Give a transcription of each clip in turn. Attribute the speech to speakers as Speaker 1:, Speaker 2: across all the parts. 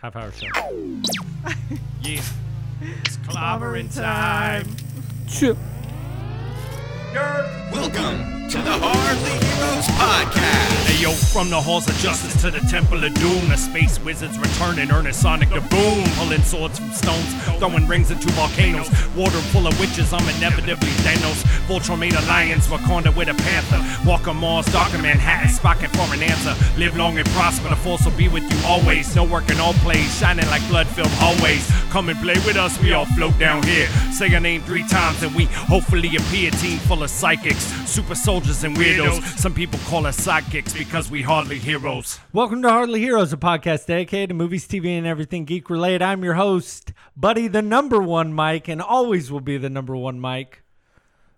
Speaker 1: Half hour show.
Speaker 2: Yeah. It's clobbering time.
Speaker 3: Welcome to the Hardly Heroes Podcast.
Speaker 2: Hey yo, from the halls of justice to the temple of doom, the space wizards return in earnest sonic to boom. Pulling swords from stones, throwing rings into volcanoes. Water full of witches, I'm inevitably Thanos. Voltron made alliance, Wakanda with a panther. Walk on Mars, darker Manhattan, spocking for an answer. Live long and prosper, the force will be with you always. No work in all plays, shining like blood film always. Come and play with us, we all float down here. Say your name three times and we hopefully appear. Team full of psychics, super soldiers and weirdos. Some people call us sidekicks because we hardly heroes.
Speaker 1: Welcome to Hardly Heroes, a podcast dedicated to movies, TV, and everything geek related. I'm your host, Buddy, the number one Mike, and always will be the number one Mike.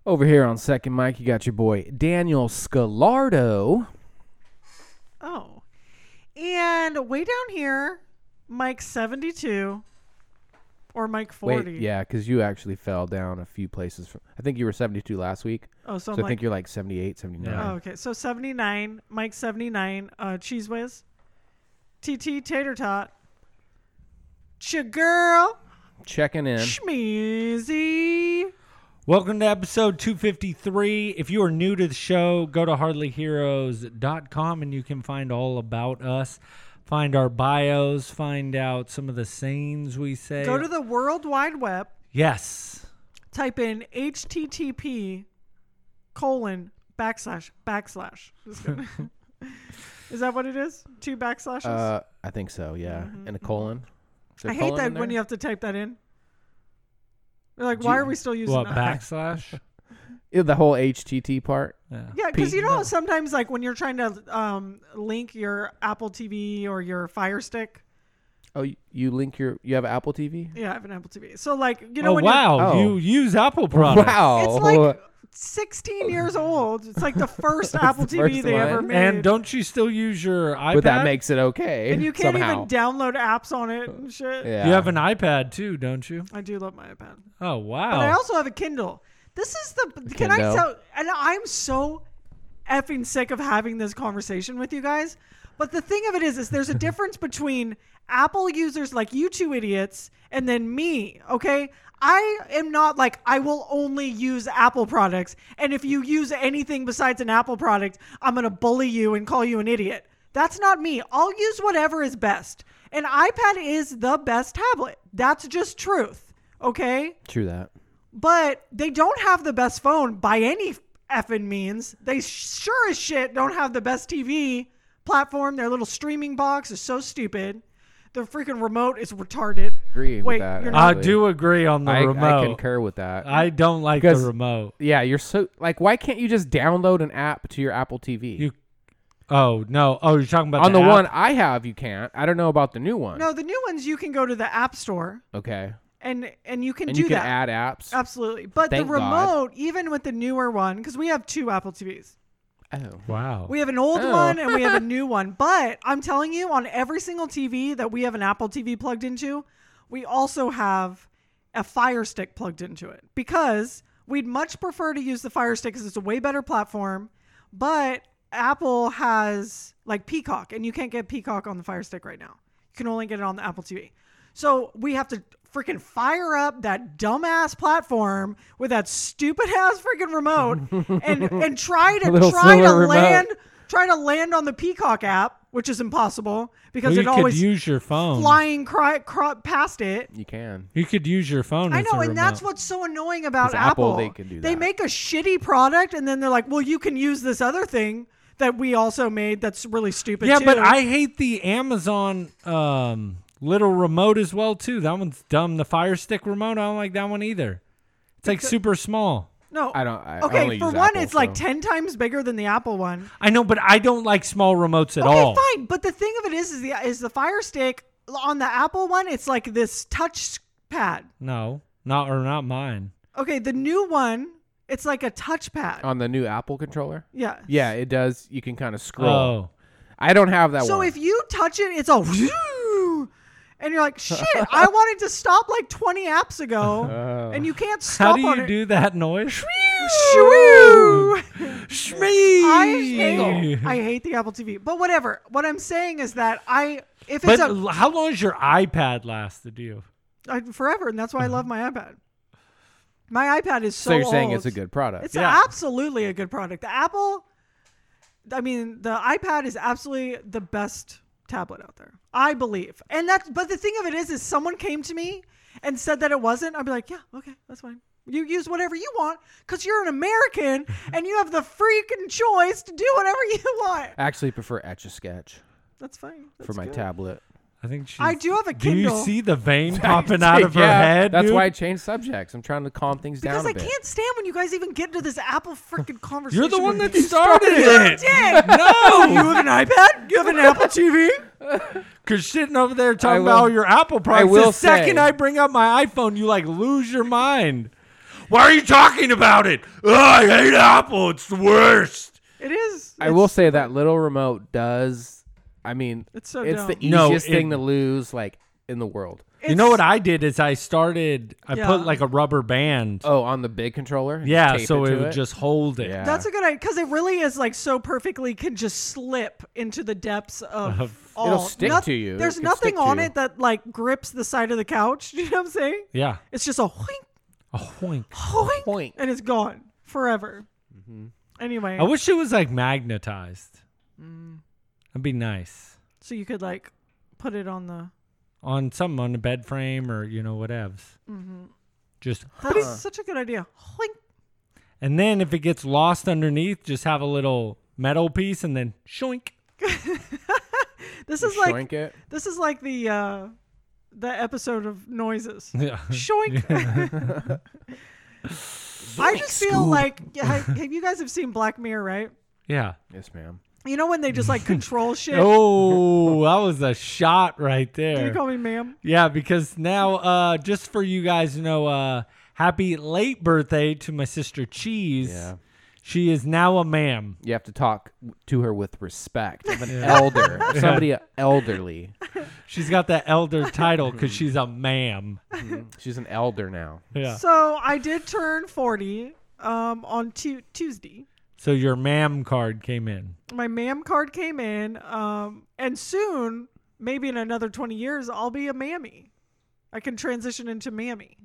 Speaker 4: Over here on second mic, you got your boy Daniel Scalardo.
Speaker 5: Oh. And way down here, Mike 72 or Mike 40.
Speaker 4: Wait, yeah, because you actually fell down a few places. From, I think you were 72 last week.
Speaker 5: Oh,
Speaker 4: so
Speaker 5: so, I'm
Speaker 4: I
Speaker 5: like,
Speaker 4: think you're like 78, 79.
Speaker 5: oh, okay. So 79, Mike 79, uh, Cheese Whiz, TT Tater Tot, Cha Girl,
Speaker 4: Checking in.
Speaker 5: Schmeezy.
Speaker 1: Welcome to episode 253. If you are new to the show, go to hardlyheroes.com and you can find all about us. Find our bios, find out some of the sayings we say.
Speaker 5: Go to the World Wide Web,
Speaker 1: Yes.
Speaker 5: type in HTTP colon backslash backslash. Just kidding. is that what it is? Two backslashes?
Speaker 4: Uh, I think so, yeah. And a colon. Is there
Speaker 5: Mm-hmm, I
Speaker 4: a
Speaker 5: hate
Speaker 4: colon
Speaker 5: that
Speaker 4: in
Speaker 5: when
Speaker 4: there?
Speaker 5: you have to type that in. You're like, why are we still using
Speaker 1: What,
Speaker 5: that?
Speaker 1: backslash?
Speaker 4: Yeah, the whole HTT part.
Speaker 5: Yeah, because
Speaker 4: P?
Speaker 5: you know how sometimes like when you're trying to um, link your Apple TV or your Fire Stick.
Speaker 4: Oh, you, you link your. You have Apple TV?
Speaker 5: Yeah, I have an Apple TV. So like you know
Speaker 1: oh,
Speaker 5: when
Speaker 1: wow.
Speaker 4: Oh.
Speaker 1: You use Apple products.
Speaker 4: Wow.
Speaker 5: you're, it's like 16 years old. It's like the first Apple
Speaker 4: the
Speaker 5: TV
Speaker 4: first
Speaker 5: they ever
Speaker 4: one.
Speaker 5: made.
Speaker 1: And don't you still use your iPad?
Speaker 4: but that makes it okay.
Speaker 5: And you can't
Speaker 4: somehow.
Speaker 5: even download apps on it and shit.
Speaker 4: yeah.
Speaker 1: You have an iPad too, don't you?
Speaker 5: I do love my iPad.
Speaker 1: Oh wow!
Speaker 5: But I also have a Kindle. This is the can I
Speaker 4: Kindle.
Speaker 5: tell? And I'm so effing sick of having this conversation with you guys. But the thing of it is, is there's a difference between Apple users like you two idiots and then me. Okay, I am not like I will only use Apple products, and if you use anything besides an Apple product, I'm gonna bully you and call you an idiot. That's not me. I'll use whatever is best. An iPad is the best tablet. That's just truth. Okay
Speaker 4: True that.
Speaker 5: but they don't have the best phone by any effing means. They sure as shit don't have the best TV platform. Their little streaming box is so stupid. Their freaking remote is retarded.
Speaker 4: Agree
Speaker 5: Wait,
Speaker 4: with that.
Speaker 5: you're not-
Speaker 1: I
Speaker 4: actually.
Speaker 1: do agree on the
Speaker 4: I,
Speaker 1: remote.
Speaker 4: I
Speaker 1: I,
Speaker 4: concur with that.
Speaker 1: don't like the
Speaker 4: Because-
Speaker 1: remote.
Speaker 4: Yeah, you're so like, why can't you just download an app to your Apple TV?
Speaker 1: You Oh no! Oh, you're talking about
Speaker 4: on the,
Speaker 1: app?
Speaker 4: one I have, you can't. I don't know about the new one.
Speaker 5: No, the new ones you can go to the app store
Speaker 4: Okay,
Speaker 5: and and you can
Speaker 4: and
Speaker 5: do
Speaker 4: you can add
Speaker 5: that.
Speaker 4: apps.
Speaker 5: Absolutely. But
Speaker 4: Thank
Speaker 5: the
Speaker 4: God.
Speaker 5: remote, even with the newer one, because we have two Apple TVs.
Speaker 4: Oh,
Speaker 1: Wow.
Speaker 5: We have an old
Speaker 4: Oh.
Speaker 5: one and we have a new one. But I'm telling you, on every single TV that we have an Apple TV plugged into, we also have a Fire Stick plugged into it because we'd much prefer to use the Fire Stick because it's a way better platform. But Apple has like Peacock, and you can't get Peacock on the Fire Stick right now. You can only get it on the Apple TV. So we have to freaking fire up that dumbass platform with that stupid ass freaking remote and and try to
Speaker 4: Little
Speaker 5: try to
Speaker 4: silver remote.
Speaker 5: land try to land on the Peacock app, which is impossible
Speaker 1: Well,
Speaker 5: because
Speaker 1: you
Speaker 5: it
Speaker 1: could
Speaker 5: always
Speaker 1: use your phone.
Speaker 5: flying cry, cro- past it.
Speaker 4: you can.
Speaker 1: You could use your phone.
Speaker 5: I
Speaker 1: as
Speaker 5: know,
Speaker 1: a
Speaker 5: and that's
Speaker 1: remote.
Speaker 5: what's so annoying about
Speaker 4: 'Cause Apple,
Speaker 5: Apple.
Speaker 4: they can do
Speaker 5: They
Speaker 4: that.
Speaker 5: make a shitty product, and then they're like, "Well, you can use this other thing that we also made. That's really stupid."
Speaker 1: Yeah, but
Speaker 5: too."
Speaker 1: I hate the Amazon um, little remote as well too. That one's dumb. The Fire Stick remote. I don't like that one either. It's like super small.
Speaker 5: no,
Speaker 4: I don't- I
Speaker 5: okay,
Speaker 4: only
Speaker 5: for
Speaker 4: use
Speaker 5: one,
Speaker 4: Apple,
Speaker 5: it's like
Speaker 4: so-
Speaker 5: ten times bigger than the Apple one.
Speaker 1: I know, but I don't like small remotes at
Speaker 5: okay,
Speaker 1: all.
Speaker 5: fine. But the thing of it is, is the is the Fire Stick on the Apple one? It's like this touch pad.
Speaker 1: No, not or not mine.
Speaker 5: Okay, the new one, it's like a touchpad.
Speaker 4: On the new Apple controller.
Speaker 5: yeah.
Speaker 4: Uh, Yeah, it does. You can kind of scroll.
Speaker 1: Oh.
Speaker 4: I don't have that
Speaker 5: So
Speaker 4: one.
Speaker 5: if you touch it, it's all. And you're like, shit, I wanted to stop like 20 apps ago. and you can't
Speaker 1: How
Speaker 5: stop
Speaker 1: do
Speaker 5: on
Speaker 1: you
Speaker 5: it.
Speaker 1: do that noise?
Speaker 5: Shoo!
Speaker 1: Shmee.
Speaker 5: I hate, I hate the Apple TV. But whatever. What I'm saying is that I, if
Speaker 1: But
Speaker 5: it's a,
Speaker 1: l- how long has your iPad lasted you?
Speaker 5: I, forever, and that's why I love my iPad. My iPad is so.
Speaker 4: So you're saying
Speaker 5: old.
Speaker 4: it's a good product.
Speaker 5: It's
Speaker 1: Yeah.
Speaker 5: absolutely a good product. The Apple, I mean, the iPad is absolutely the best tablet out there, I believe. And that's, but the thing of it is, is someone came to me and said that it wasn't. I'd be like, yeah, okay, that's fine. You use whatever you want because you're an American and you have the freaking choice to do whatever you want.
Speaker 4: I actually prefer Etch a Sketch
Speaker 5: That's fine. That's
Speaker 4: for my
Speaker 5: good.
Speaker 4: tablet.
Speaker 1: I think she.
Speaker 5: I do have a
Speaker 1: Do you
Speaker 5: Kindle.
Speaker 1: see the vein popping out of her
Speaker 4: Yeah,
Speaker 1: head?
Speaker 4: That's
Speaker 1: dude?
Speaker 4: why I changed subjects. I'm trying to calm things
Speaker 5: Because
Speaker 4: down a
Speaker 5: I
Speaker 4: bit.
Speaker 5: can't stand when you guys even get into this Apple freaking conversation.
Speaker 1: You're the one that
Speaker 5: with me.
Speaker 1: started
Speaker 5: You
Speaker 1: it.
Speaker 5: did. no, you have an iPad. You have an Apple TV.
Speaker 1: Cause sitting over there talking
Speaker 4: will-
Speaker 1: about all your Apple products.
Speaker 4: will
Speaker 1: the second
Speaker 4: say-
Speaker 1: I bring up my iPhone, you like lose your mind. Why are you talking about it? Ugh, I hate Apple. It's the worst.
Speaker 5: It is.
Speaker 4: I will say that little remote does. I mean,
Speaker 5: It's so
Speaker 4: it's the
Speaker 5: dumb.
Speaker 1: No,
Speaker 4: easiest thing
Speaker 1: it-
Speaker 4: to lose, like in the world.
Speaker 1: you know what I did is I started. I
Speaker 5: Yeah.
Speaker 1: put like a rubber band.
Speaker 4: Oh, on the big controller. and
Speaker 1: yeah,
Speaker 4: tape
Speaker 1: so
Speaker 4: to
Speaker 1: it would just hold it.
Speaker 4: Yeah.
Speaker 5: That's a good idea because it really is like so perfectly can just slip into the depths of. all.
Speaker 4: It'll stick to you.
Speaker 5: There's
Speaker 4: It can
Speaker 5: nothing
Speaker 4: stick to
Speaker 5: on
Speaker 4: you.
Speaker 5: it that like grips the side of the couch. You know what I'm saying?
Speaker 1: Yeah.
Speaker 5: It's just a hoink,
Speaker 1: A hoink.
Speaker 5: hoink,
Speaker 4: Hoink. Mm-hmm.
Speaker 5: and it's gone forever. Anyway,
Speaker 1: I wish it was like magnetized. That'd be nice.
Speaker 5: so you could like put it on the.
Speaker 1: On something on the bed frame or you know whatevs. Just
Speaker 5: That is such a good idea. Hoink.
Speaker 1: and then if it gets lost underneath, just have a little metal piece and then shoink.
Speaker 5: This is
Speaker 4: shrink
Speaker 5: like
Speaker 4: it.
Speaker 5: this is like the uh the episode of noises.
Speaker 1: Yeah.
Speaker 5: Shoink. I just feel like yeah, have you guys have seen Black Mirror, right?
Speaker 1: Yeah.
Speaker 4: Yes, ma'am.
Speaker 5: You know when they just like control shit.
Speaker 1: Oh, that was a shot right
Speaker 5: You
Speaker 1: there.
Speaker 5: call me ma'am.
Speaker 1: Yeah, because now, uh, just for you guys to know, uh, happy late birthday to my sister Cheese.
Speaker 4: Yeah.
Speaker 1: She is now a ma'am.
Speaker 4: You have to talk w- to her with respect of an elder, of somebody e-, elderly.
Speaker 1: She's got that elder title because she's a ma'am.
Speaker 4: She's an elder now.
Speaker 1: Yeah.
Speaker 5: So I did turn forty um on Tu Tuesday.
Speaker 1: So your ma'am card came in.
Speaker 5: My ma'am card came in, um, and soon, maybe in another twenty years, I'll be a mammy. I can transition into mammy.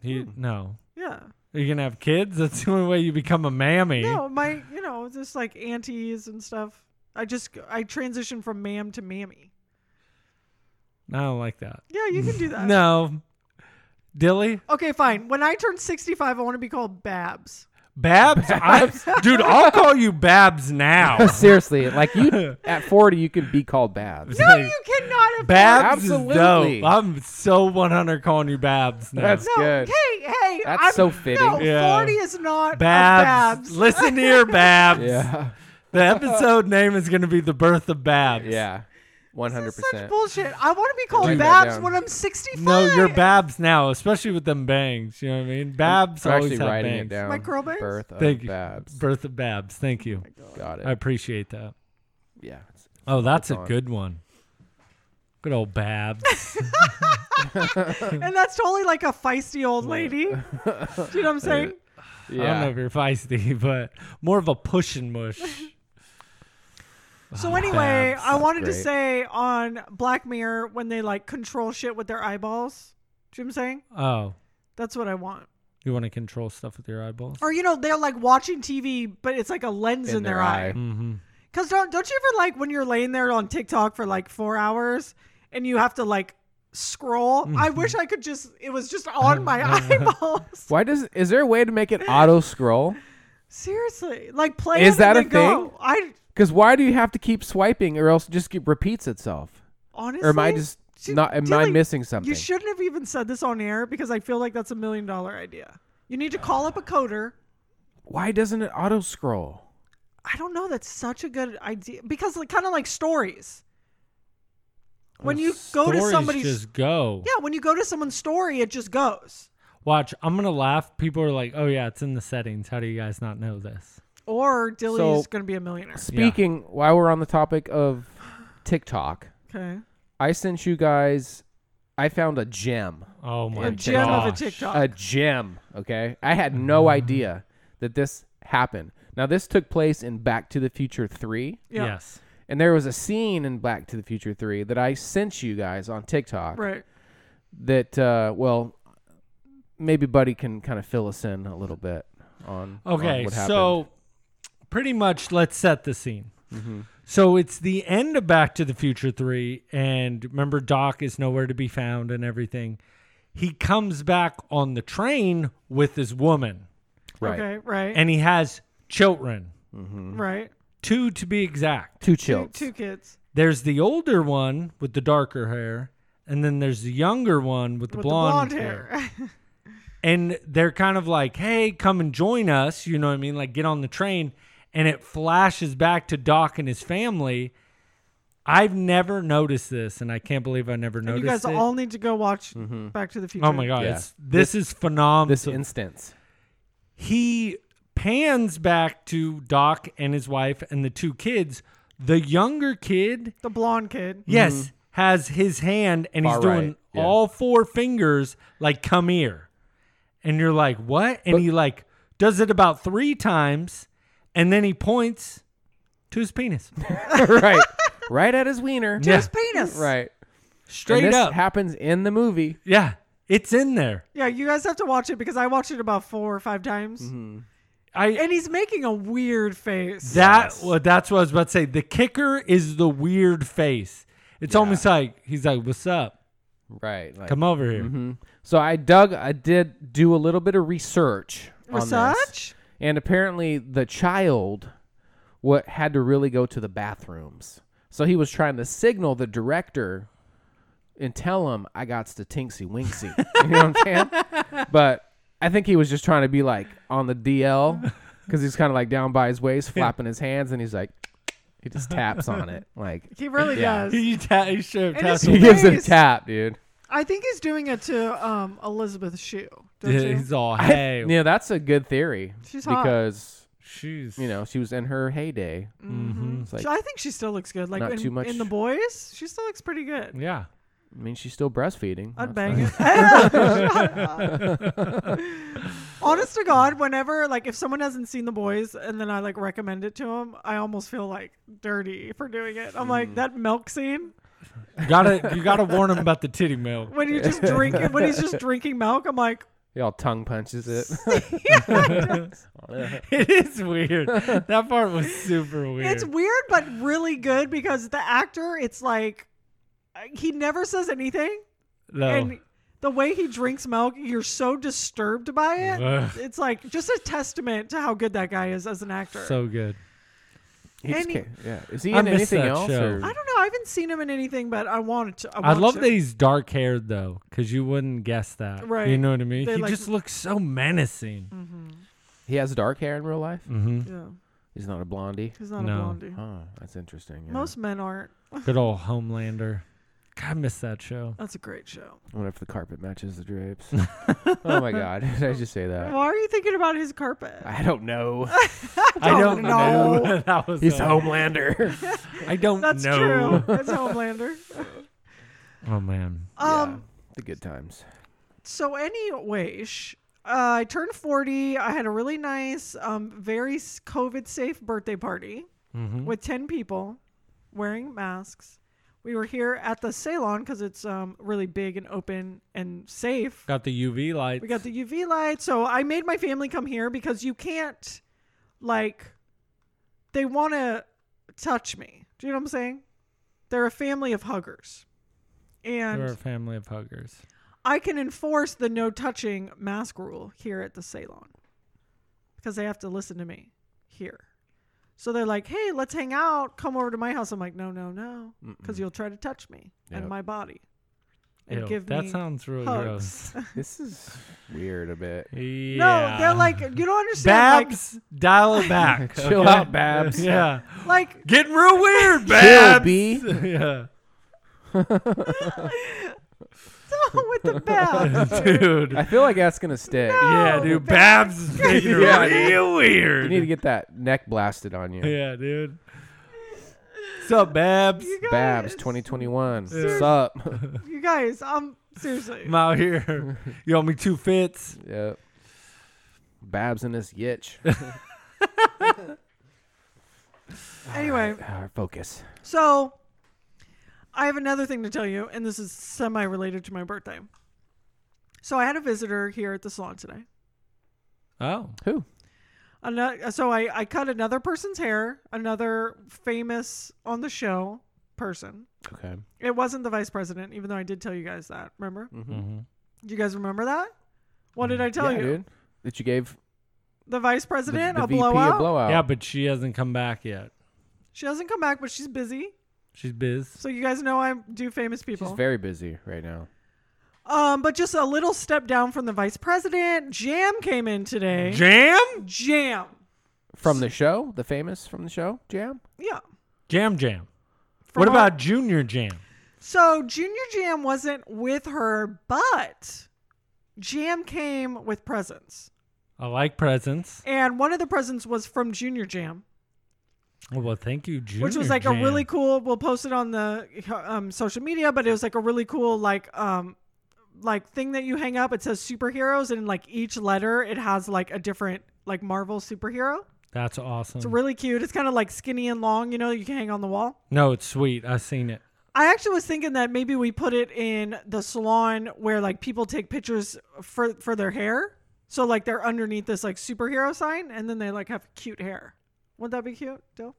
Speaker 1: He, No.
Speaker 5: Yeah.
Speaker 1: Are you going to have kids? That's the only way you become a mammy.
Speaker 5: No, my you know just like aunties and stuff. I just I transitioned from ma'am to mammy.
Speaker 1: I don't like that.
Speaker 5: Yeah, you can do that.
Speaker 1: No. Dilly?
Speaker 5: Okay, fine. When I turn sixty-five, I want to be called Babs.
Speaker 1: Babs? I, dude, I'll call you Babs now.
Speaker 4: Seriously, like you at 40, you could be called Babs.
Speaker 5: No, you cannot have
Speaker 1: Babs is
Speaker 4: Absolutely.
Speaker 1: dope. I'm so 100 calling you Babs now.
Speaker 4: That's
Speaker 5: No,
Speaker 4: good.
Speaker 5: hey, hey.
Speaker 4: That's
Speaker 5: I'm,
Speaker 4: so fitting.
Speaker 5: No,
Speaker 1: Yeah.
Speaker 5: forty is not a
Speaker 1: Babs,
Speaker 5: Babs.
Speaker 1: listen here, Babs.
Speaker 4: Yeah.
Speaker 1: The episode name is going to be The Birth of Babs.
Speaker 4: Yeah. 100%.
Speaker 5: Such bullshit. I want to be called
Speaker 4: Write that
Speaker 5: Babs
Speaker 4: down.
Speaker 5: when I'm sixty-five.
Speaker 1: No, you're Babs now, especially with them bangs. You know what I mean? Babs
Speaker 4: I'm
Speaker 1: always
Speaker 4: actually
Speaker 1: have
Speaker 4: writing
Speaker 1: bangs.
Speaker 4: it down.
Speaker 5: My curl bangs?
Speaker 4: Birth of
Speaker 1: Thank you.
Speaker 4: Babs.
Speaker 1: Birth of Babs. Thank you.
Speaker 4: Got it.
Speaker 1: I appreciate that.
Speaker 4: yeah. it's-
Speaker 1: Oh, that's a
Speaker 4: on.
Speaker 1: good one. Good old Babs.
Speaker 5: And that's totally like a feisty old lady. do you know what I'm saying?
Speaker 1: I don't know if
Speaker 4: Yeah.
Speaker 1: you're feisty, but more of a push and mush.
Speaker 5: So anyway,
Speaker 1: Babs.
Speaker 5: I wanted to
Speaker 4: Oh, great.
Speaker 5: say on Black Mirror when they like control shit with their eyeballs. Do you know what I'm saying?
Speaker 1: Oh,
Speaker 5: That's what I want.
Speaker 1: you want to control stuff with your eyeballs?
Speaker 5: Or you know, they're like watching TV, but it's like a lens in, their, eye.
Speaker 1: Mm-hmm.
Speaker 5: Cause don't don't you ever like when you're laying there on TikTok for like four hours and you have to like scroll? I
Speaker 4: Mm-hmm.
Speaker 5: wish I could just it was just on my eyeballs.
Speaker 4: Why does is there a way to make it auto scroll?
Speaker 5: Seriously, like play.
Speaker 4: Is
Speaker 5: it
Speaker 4: that
Speaker 5: and
Speaker 4: a
Speaker 5: then go.
Speaker 4: thing?
Speaker 5: I
Speaker 4: Because why do you have to keep swiping, or else it just keep, repeats itself?
Speaker 5: honestly.
Speaker 4: Or am I just
Speaker 5: Dude,
Speaker 4: not? Am I
Speaker 5: Dylan,
Speaker 4: missing something?
Speaker 5: You shouldn't have even said this on air because I feel like that's a million dollar idea. You need to call up a coder.
Speaker 4: why doesn't it auto scroll?
Speaker 5: I don't know. That's such a good idea because like, kind of like stories. When you go to
Speaker 1: Stories
Speaker 5: somebody's
Speaker 1: just go.
Speaker 5: yeah, when you go to someone's story, it just goes.
Speaker 1: Watch, I'm gonna laugh. People are like, "Oh yeah, it's in the settings. How do you guys not know this?"
Speaker 5: Or Dilly's
Speaker 4: So-
Speaker 5: gonna be a millionaire.
Speaker 4: Speaking while we're on the topic of TikTok,
Speaker 5: Okay,
Speaker 4: I sent you guys. I found a gem.
Speaker 1: Oh my
Speaker 5: a
Speaker 1: god.
Speaker 5: gem of a TikTok.
Speaker 4: A gem. Okay, I had no idea that this happened. Now, this took place in Back to the Future 3.
Speaker 5: Yeah.
Speaker 1: Yes.
Speaker 4: And there was a scene in Back to the Future 3 that I sent you guys on TikTok
Speaker 5: Right.
Speaker 4: that, uh, well, maybe Buddy can kind of fill us in a little bit on on
Speaker 1: Okay,
Speaker 4: what happened.
Speaker 1: so pretty much let's set the scene. So it's the end of Back to the Future 3, and remember, Doc is nowhere to be found and everything. He comes back on the train with his woman,
Speaker 4: right.
Speaker 5: Okay. Right.
Speaker 1: and he has children,
Speaker 5: right.
Speaker 1: two to be exact.
Speaker 4: two
Speaker 5: Two,
Speaker 4: chills.
Speaker 5: two kids.
Speaker 1: There's the older one with the darker hair, and then there's the younger one with the,
Speaker 5: With
Speaker 1: blonde,
Speaker 5: the blonde hair.
Speaker 1: and they're kind of like, "Hey, come and join us." You know what I mean? Like, get on the train, and it flashes back to Doc and his family. I've never noticed this, and I can't believe I never
Speaker 5: you
Speaker 1: noticed
Speaker 5: guys
Speaker 1: it.
Speaker 5: all need to go watch
Speaker 4: Mm-hmm.
Speaker 5: Back to the Future.
Speaker 1: oh my god,
Speaker 4: Yeah.
Speaker 1: it's, this, is phenomenal.
Speaker 4: This instance.
Speaker 1: he pans back to Doc and his wife and the two kids. The younger kid,
Speaker 5: The blonde kid.
Speaker 1: yes, has his hand, and he's
Speaker 4: Mm-hmm. Far
Speaker 1: doing
Speaker 4: right, yeah.
Speaker 1: all four fingers, like "come here," and you're like, "What?" And he like does it about three times, and then he points to his penis,
Speaker 4: right. Right at his wiener.
Speaker 1: Yeah.
Speaker 5: His penis.
Speaker 4: Right.
Speaker 1: straight
Speaker 4: and this
Speaker 1: up.
Speaker 4: happens in the movie.
Speaker 1: yeah, it's in there.
Speaker 5: Yeah, you guys have to watch it because I watched it about four or five times.
Speaker 4: Mm-hmm.
Speaker 1: I
Speaker 5: And he's making a weird face.
Speaker 1: that well, that's what I was about to say. The kicker is the weird face. It's almost like he's like, "What's up?
Speaker 4: Right. Like,
Speaker 1: Come over
Speaker 4: Mm-hmm.
Speaker 1: here."
Speaker 4: So I dug, I did do a little bit of research. On this,
Speaker 5: Research?
Speaker 4: and apparently, the child what had to really go to the bathrooms. So he was trying to signal the director and tell him, I got to Tinksy Winksy. you know what I'm saying? But I think he was just trying to be like on the DL because he's kind of like down by his waist, flapping his hands, and he's like, he just taps on it. Like,
Speaker 5: He really
Speaker 4: Yeah.
Speaker 5: does.
Speaker 1: He, ta- he should have
Speaker 5: And it's-
Speaker 1: tapped
Speaker 4: he
Speaker 1: him.
Speaker 4: gives it a
Speaker 5: Nice.
Speaker 4: tap, dude.
Speaker 5: I think he's doing it to um, Elizabeth Shue. Don't
Speaker 1: Yeah,
Speaker 5: you?
Speaker 1: He's all, "Hey,
Speaker 4: Yeah, that's a good theory.
Speaker 5: She's hot.
Speaker 4: because
Speaker 1: she's
Speaker 4: you know she was in her heyday.
Speaker 1: Mm-hmm.
Speaker 4: It's like
Speaker 5: She- I think she still looks good. Like
Speaker 4: Not
Speaker 5: in,
Speaker 4: too much-
Speaker 5: in the boys, she still looks pretty good.
Speaker 1: yeah."
Speaker 4: I mean, she's still breastfeeding. That's
Speaker 5: I'd bang
Speaker 4: nice.
Speaker 5: it. Shut up. Honest to God, whenever like if someone hasn't seen the boys and then I like recommend it to them, I almost feel like dirty for doing it. I'm
Speaker 1: Mm.
Speaker 5: like that milk scene
Speaker 1: gotta you gotta warn him about the titty milk.
Speaker 5: when you just drink it when he's just drinking milk. I'm like,
Speaker 4: He all tongue punches it.
Speaker 1: It is weird. That part was super weird.
Speaker 5: it's weird but really good because the actor, it's like uh, he never says anything,
Speaker 1: No.
Speaker 5: and the way he drinks milk, you're so disturbed by it.
Speaker 1: Ugh.
Speaker 5: It's like just a testament to how good that guy is as an actor.
Speaker 1: so good.
Speaker 4: He just
Speaker 5: Any-
Speaker 4: can't- yeah. Is he
Speaker 1: I
Speaker 4: in
Speaker 1: miss
Speaker 4: anything
Speaker 1: that
Speaker 4: else?
Speaker 1: show.
Speaker 4: or-
Speaker 5: I don't know. I haven't seen him in anything, but I wanted to. I,
Speaker 1: I
Speaker 5: want
Speaker 1: love
Speaker 5: to.
Speaker 1: that he's dark haired though, because you wouldn't guess that.
Speaker 5: Right.
Speaker 1: You know what I mean?
Speaker 5: They
Speaker 1: he
Speaker 5: like- Mm.
Speaker 1: just looks so menacing. Mm-hmm.
Speaker 4: He has dark hair in real life.
Speaker 5: Yeah,
Speaker 4: He's not a blondie.
Speaker 5: he's not
Speaker 1: No.
Speaker 5: a blondie.
Speaker 4: Huh, that's interesting. yeah.
Speaker 5: Most men aren't.
Speaker 1: Good old Homelander. God, I miss that show.
Speaker 5: That's a great show.
Speaker 4: I wonder if the carpet matches the drapes. oh my god! Did I just say that?
Speaker 5: Why are you thinking about his carpet?
Speaker 4: I don't know.
Speaker 1: I don't
Speaker 5: know.
Speaker 1: that was
Speaker 4: He's
Speaker 1: a-
Speaker 4: Homelander.
Speaker 1: I don't
Speaker 5: That's
Speaker 1: know.
Speaker 5: true. That's Homelander.
Speaker 1: Oh man.
Speaker 5: Um.
Speaker 4: Yeah, the good times.
Speaker 5: So anyway, sh- uh, I turned forty. I had a really nice, um, very COVID safe birthday party
Speaker 1: Mm-hmm.
Speaker 5: with ten people wearing masks. We were here at the Ceylon because it's um, really big and open and safe.
Speaker 1: Got the UV light.
Speaker 5: We got the UV light. So I made my family come here because you can't, like, they want to touch me. Do you know what I'm saying? They're a family of huggers.
Speaker 1: We're a
Speaker 5: And
Speaker 1: family of huggers.
Speaker 5: I can enforce the no touching mask rule here at the Ceylon because they have to listen to me here. So they're like, hey, let's hang out. Come over to my house. I'm like, no, no, no. Because you'll try to touch me and
Speaker 4: Yep.
Speaker 5: my body. And
Speaker 1: Ew,
Speaker 5: give
Speaker 1: that
Speaker 5: me
Speaker 1: sounds really
Speaker 5: hugs.
Speaker 4: This is weird a bit.
Speaker 1: gross. Yeah.
Speaker 5: No, they're like, you don't understand. like-
Speaker 1: Babs, dial it back.
Speaker 4: Chill
Speaker 1: okay?
Speaker 4: out, Babs.
Speaker 1: yeah.
Speaker 5: like
Speaker 1: Getting real weird,
Speaker 4: Chill,
Speaker 1: Babs.
Speaker 4: B.
Speaker 1: yeah.
Speaker 5: Oh, with the bell.
Speaker 1: Dude.
Speaker 4: I feel like that's gonna stay.
Speaker 1: Yeah,
Speaker 5: No,
Speaker 1: dude.
Speaker 5: back.
Speaker 1: Babs is making it
Speaker 4: Yeah,
Speaker 1: real
Speaker 4: You
Speaker 1: weird.
Speaker 4: need to get that neck blasted on you.
Speaker 1: yeah, dude. What's up, Babs?
Speaker 5: You guys,
Speaker 4: Babs 2021. What's up?
Speaker 5: You guys, um, seriously.
Speaker 1: I'm out here. You owe me two fits.
Speaker 4: yep. Babs in this yitch.
Speaker 5: Anyway,
Speaker 4: Ah, focus.
Speaker 5: so I have another thing to tell you, and this is semi related to my birthday. So I had a visitor here at the salon today.
Speaker 1: Oh,
Speaker 4: Who?
Speaker 5: Ano- so I, I cut another person's hair, another famous on the show person.
Speaker 4: Okay.
Speaker 5: It wasn't the vice president, even though I did tell you guys that. Remember? Mm-hmm. Do you guys remember that? What did I tell
Speaker 4: Mm. yeah,
Speaker 5: you?
Speaker 4: dude. That you gave
Speaker 5: The vice
Speaker 4: the,
Speaker 5: president,
Speaker 4: the
Speaker 5: Oh, a
Speaker 4: VP
Speaker 5: blowout.
Speaker 4: a blowout.
Speaker 1: yeah, but she hasn't come back yet.
Speaker 5: She hasn't come back, but she's busy.
Speaker 1: She's biz.
Speaker 5: So you guys know I do famous people.
Speaker 4: She's very busy right now.
Speaker 5: um, but just a little step down from the vice president. Jam came in today.
Speaker 1: Jam,
Speaker 5: Jam.
Speaker 4: From the show, the famous from the show, Jam.
Speaker 5: Yeah.
Speaker 1: jam, jam.
Speaker 5: From
Speaker 1: what
Speaker 5: our-
Speaker 1: about Junior Jam?
Speaker 5: So Junior Jam wasn't with her, but Jam came with presents.
Speaker 1: I like presents.
Speaker 5: And one of the presents was from Junior Jam,
Speaker 1: Oh, well, thank you, Junior.
Speaker 5: which was like
Speaker 1: Jam.
Speaker 5: a really cool. We'll post it on the um, social media, but it was like a really cool like um like thing that you hang up. It says superheroes, and like each letter, it has like a different like Marvel superhero.
Speaker 1: That's awesome.
Speaker 5: It's really cute. It's kind of like skinny and long. You know, you can hang on the wall.
Speaker 1: no, it's sweet. I seen it.
Speaker 5: I actually was thinking that maybe we put it in the salon where like people take pictures for for their hair. So like they're underneath this like superhero sign and then they like have cute hair. Wouldn't that be cute? Dope.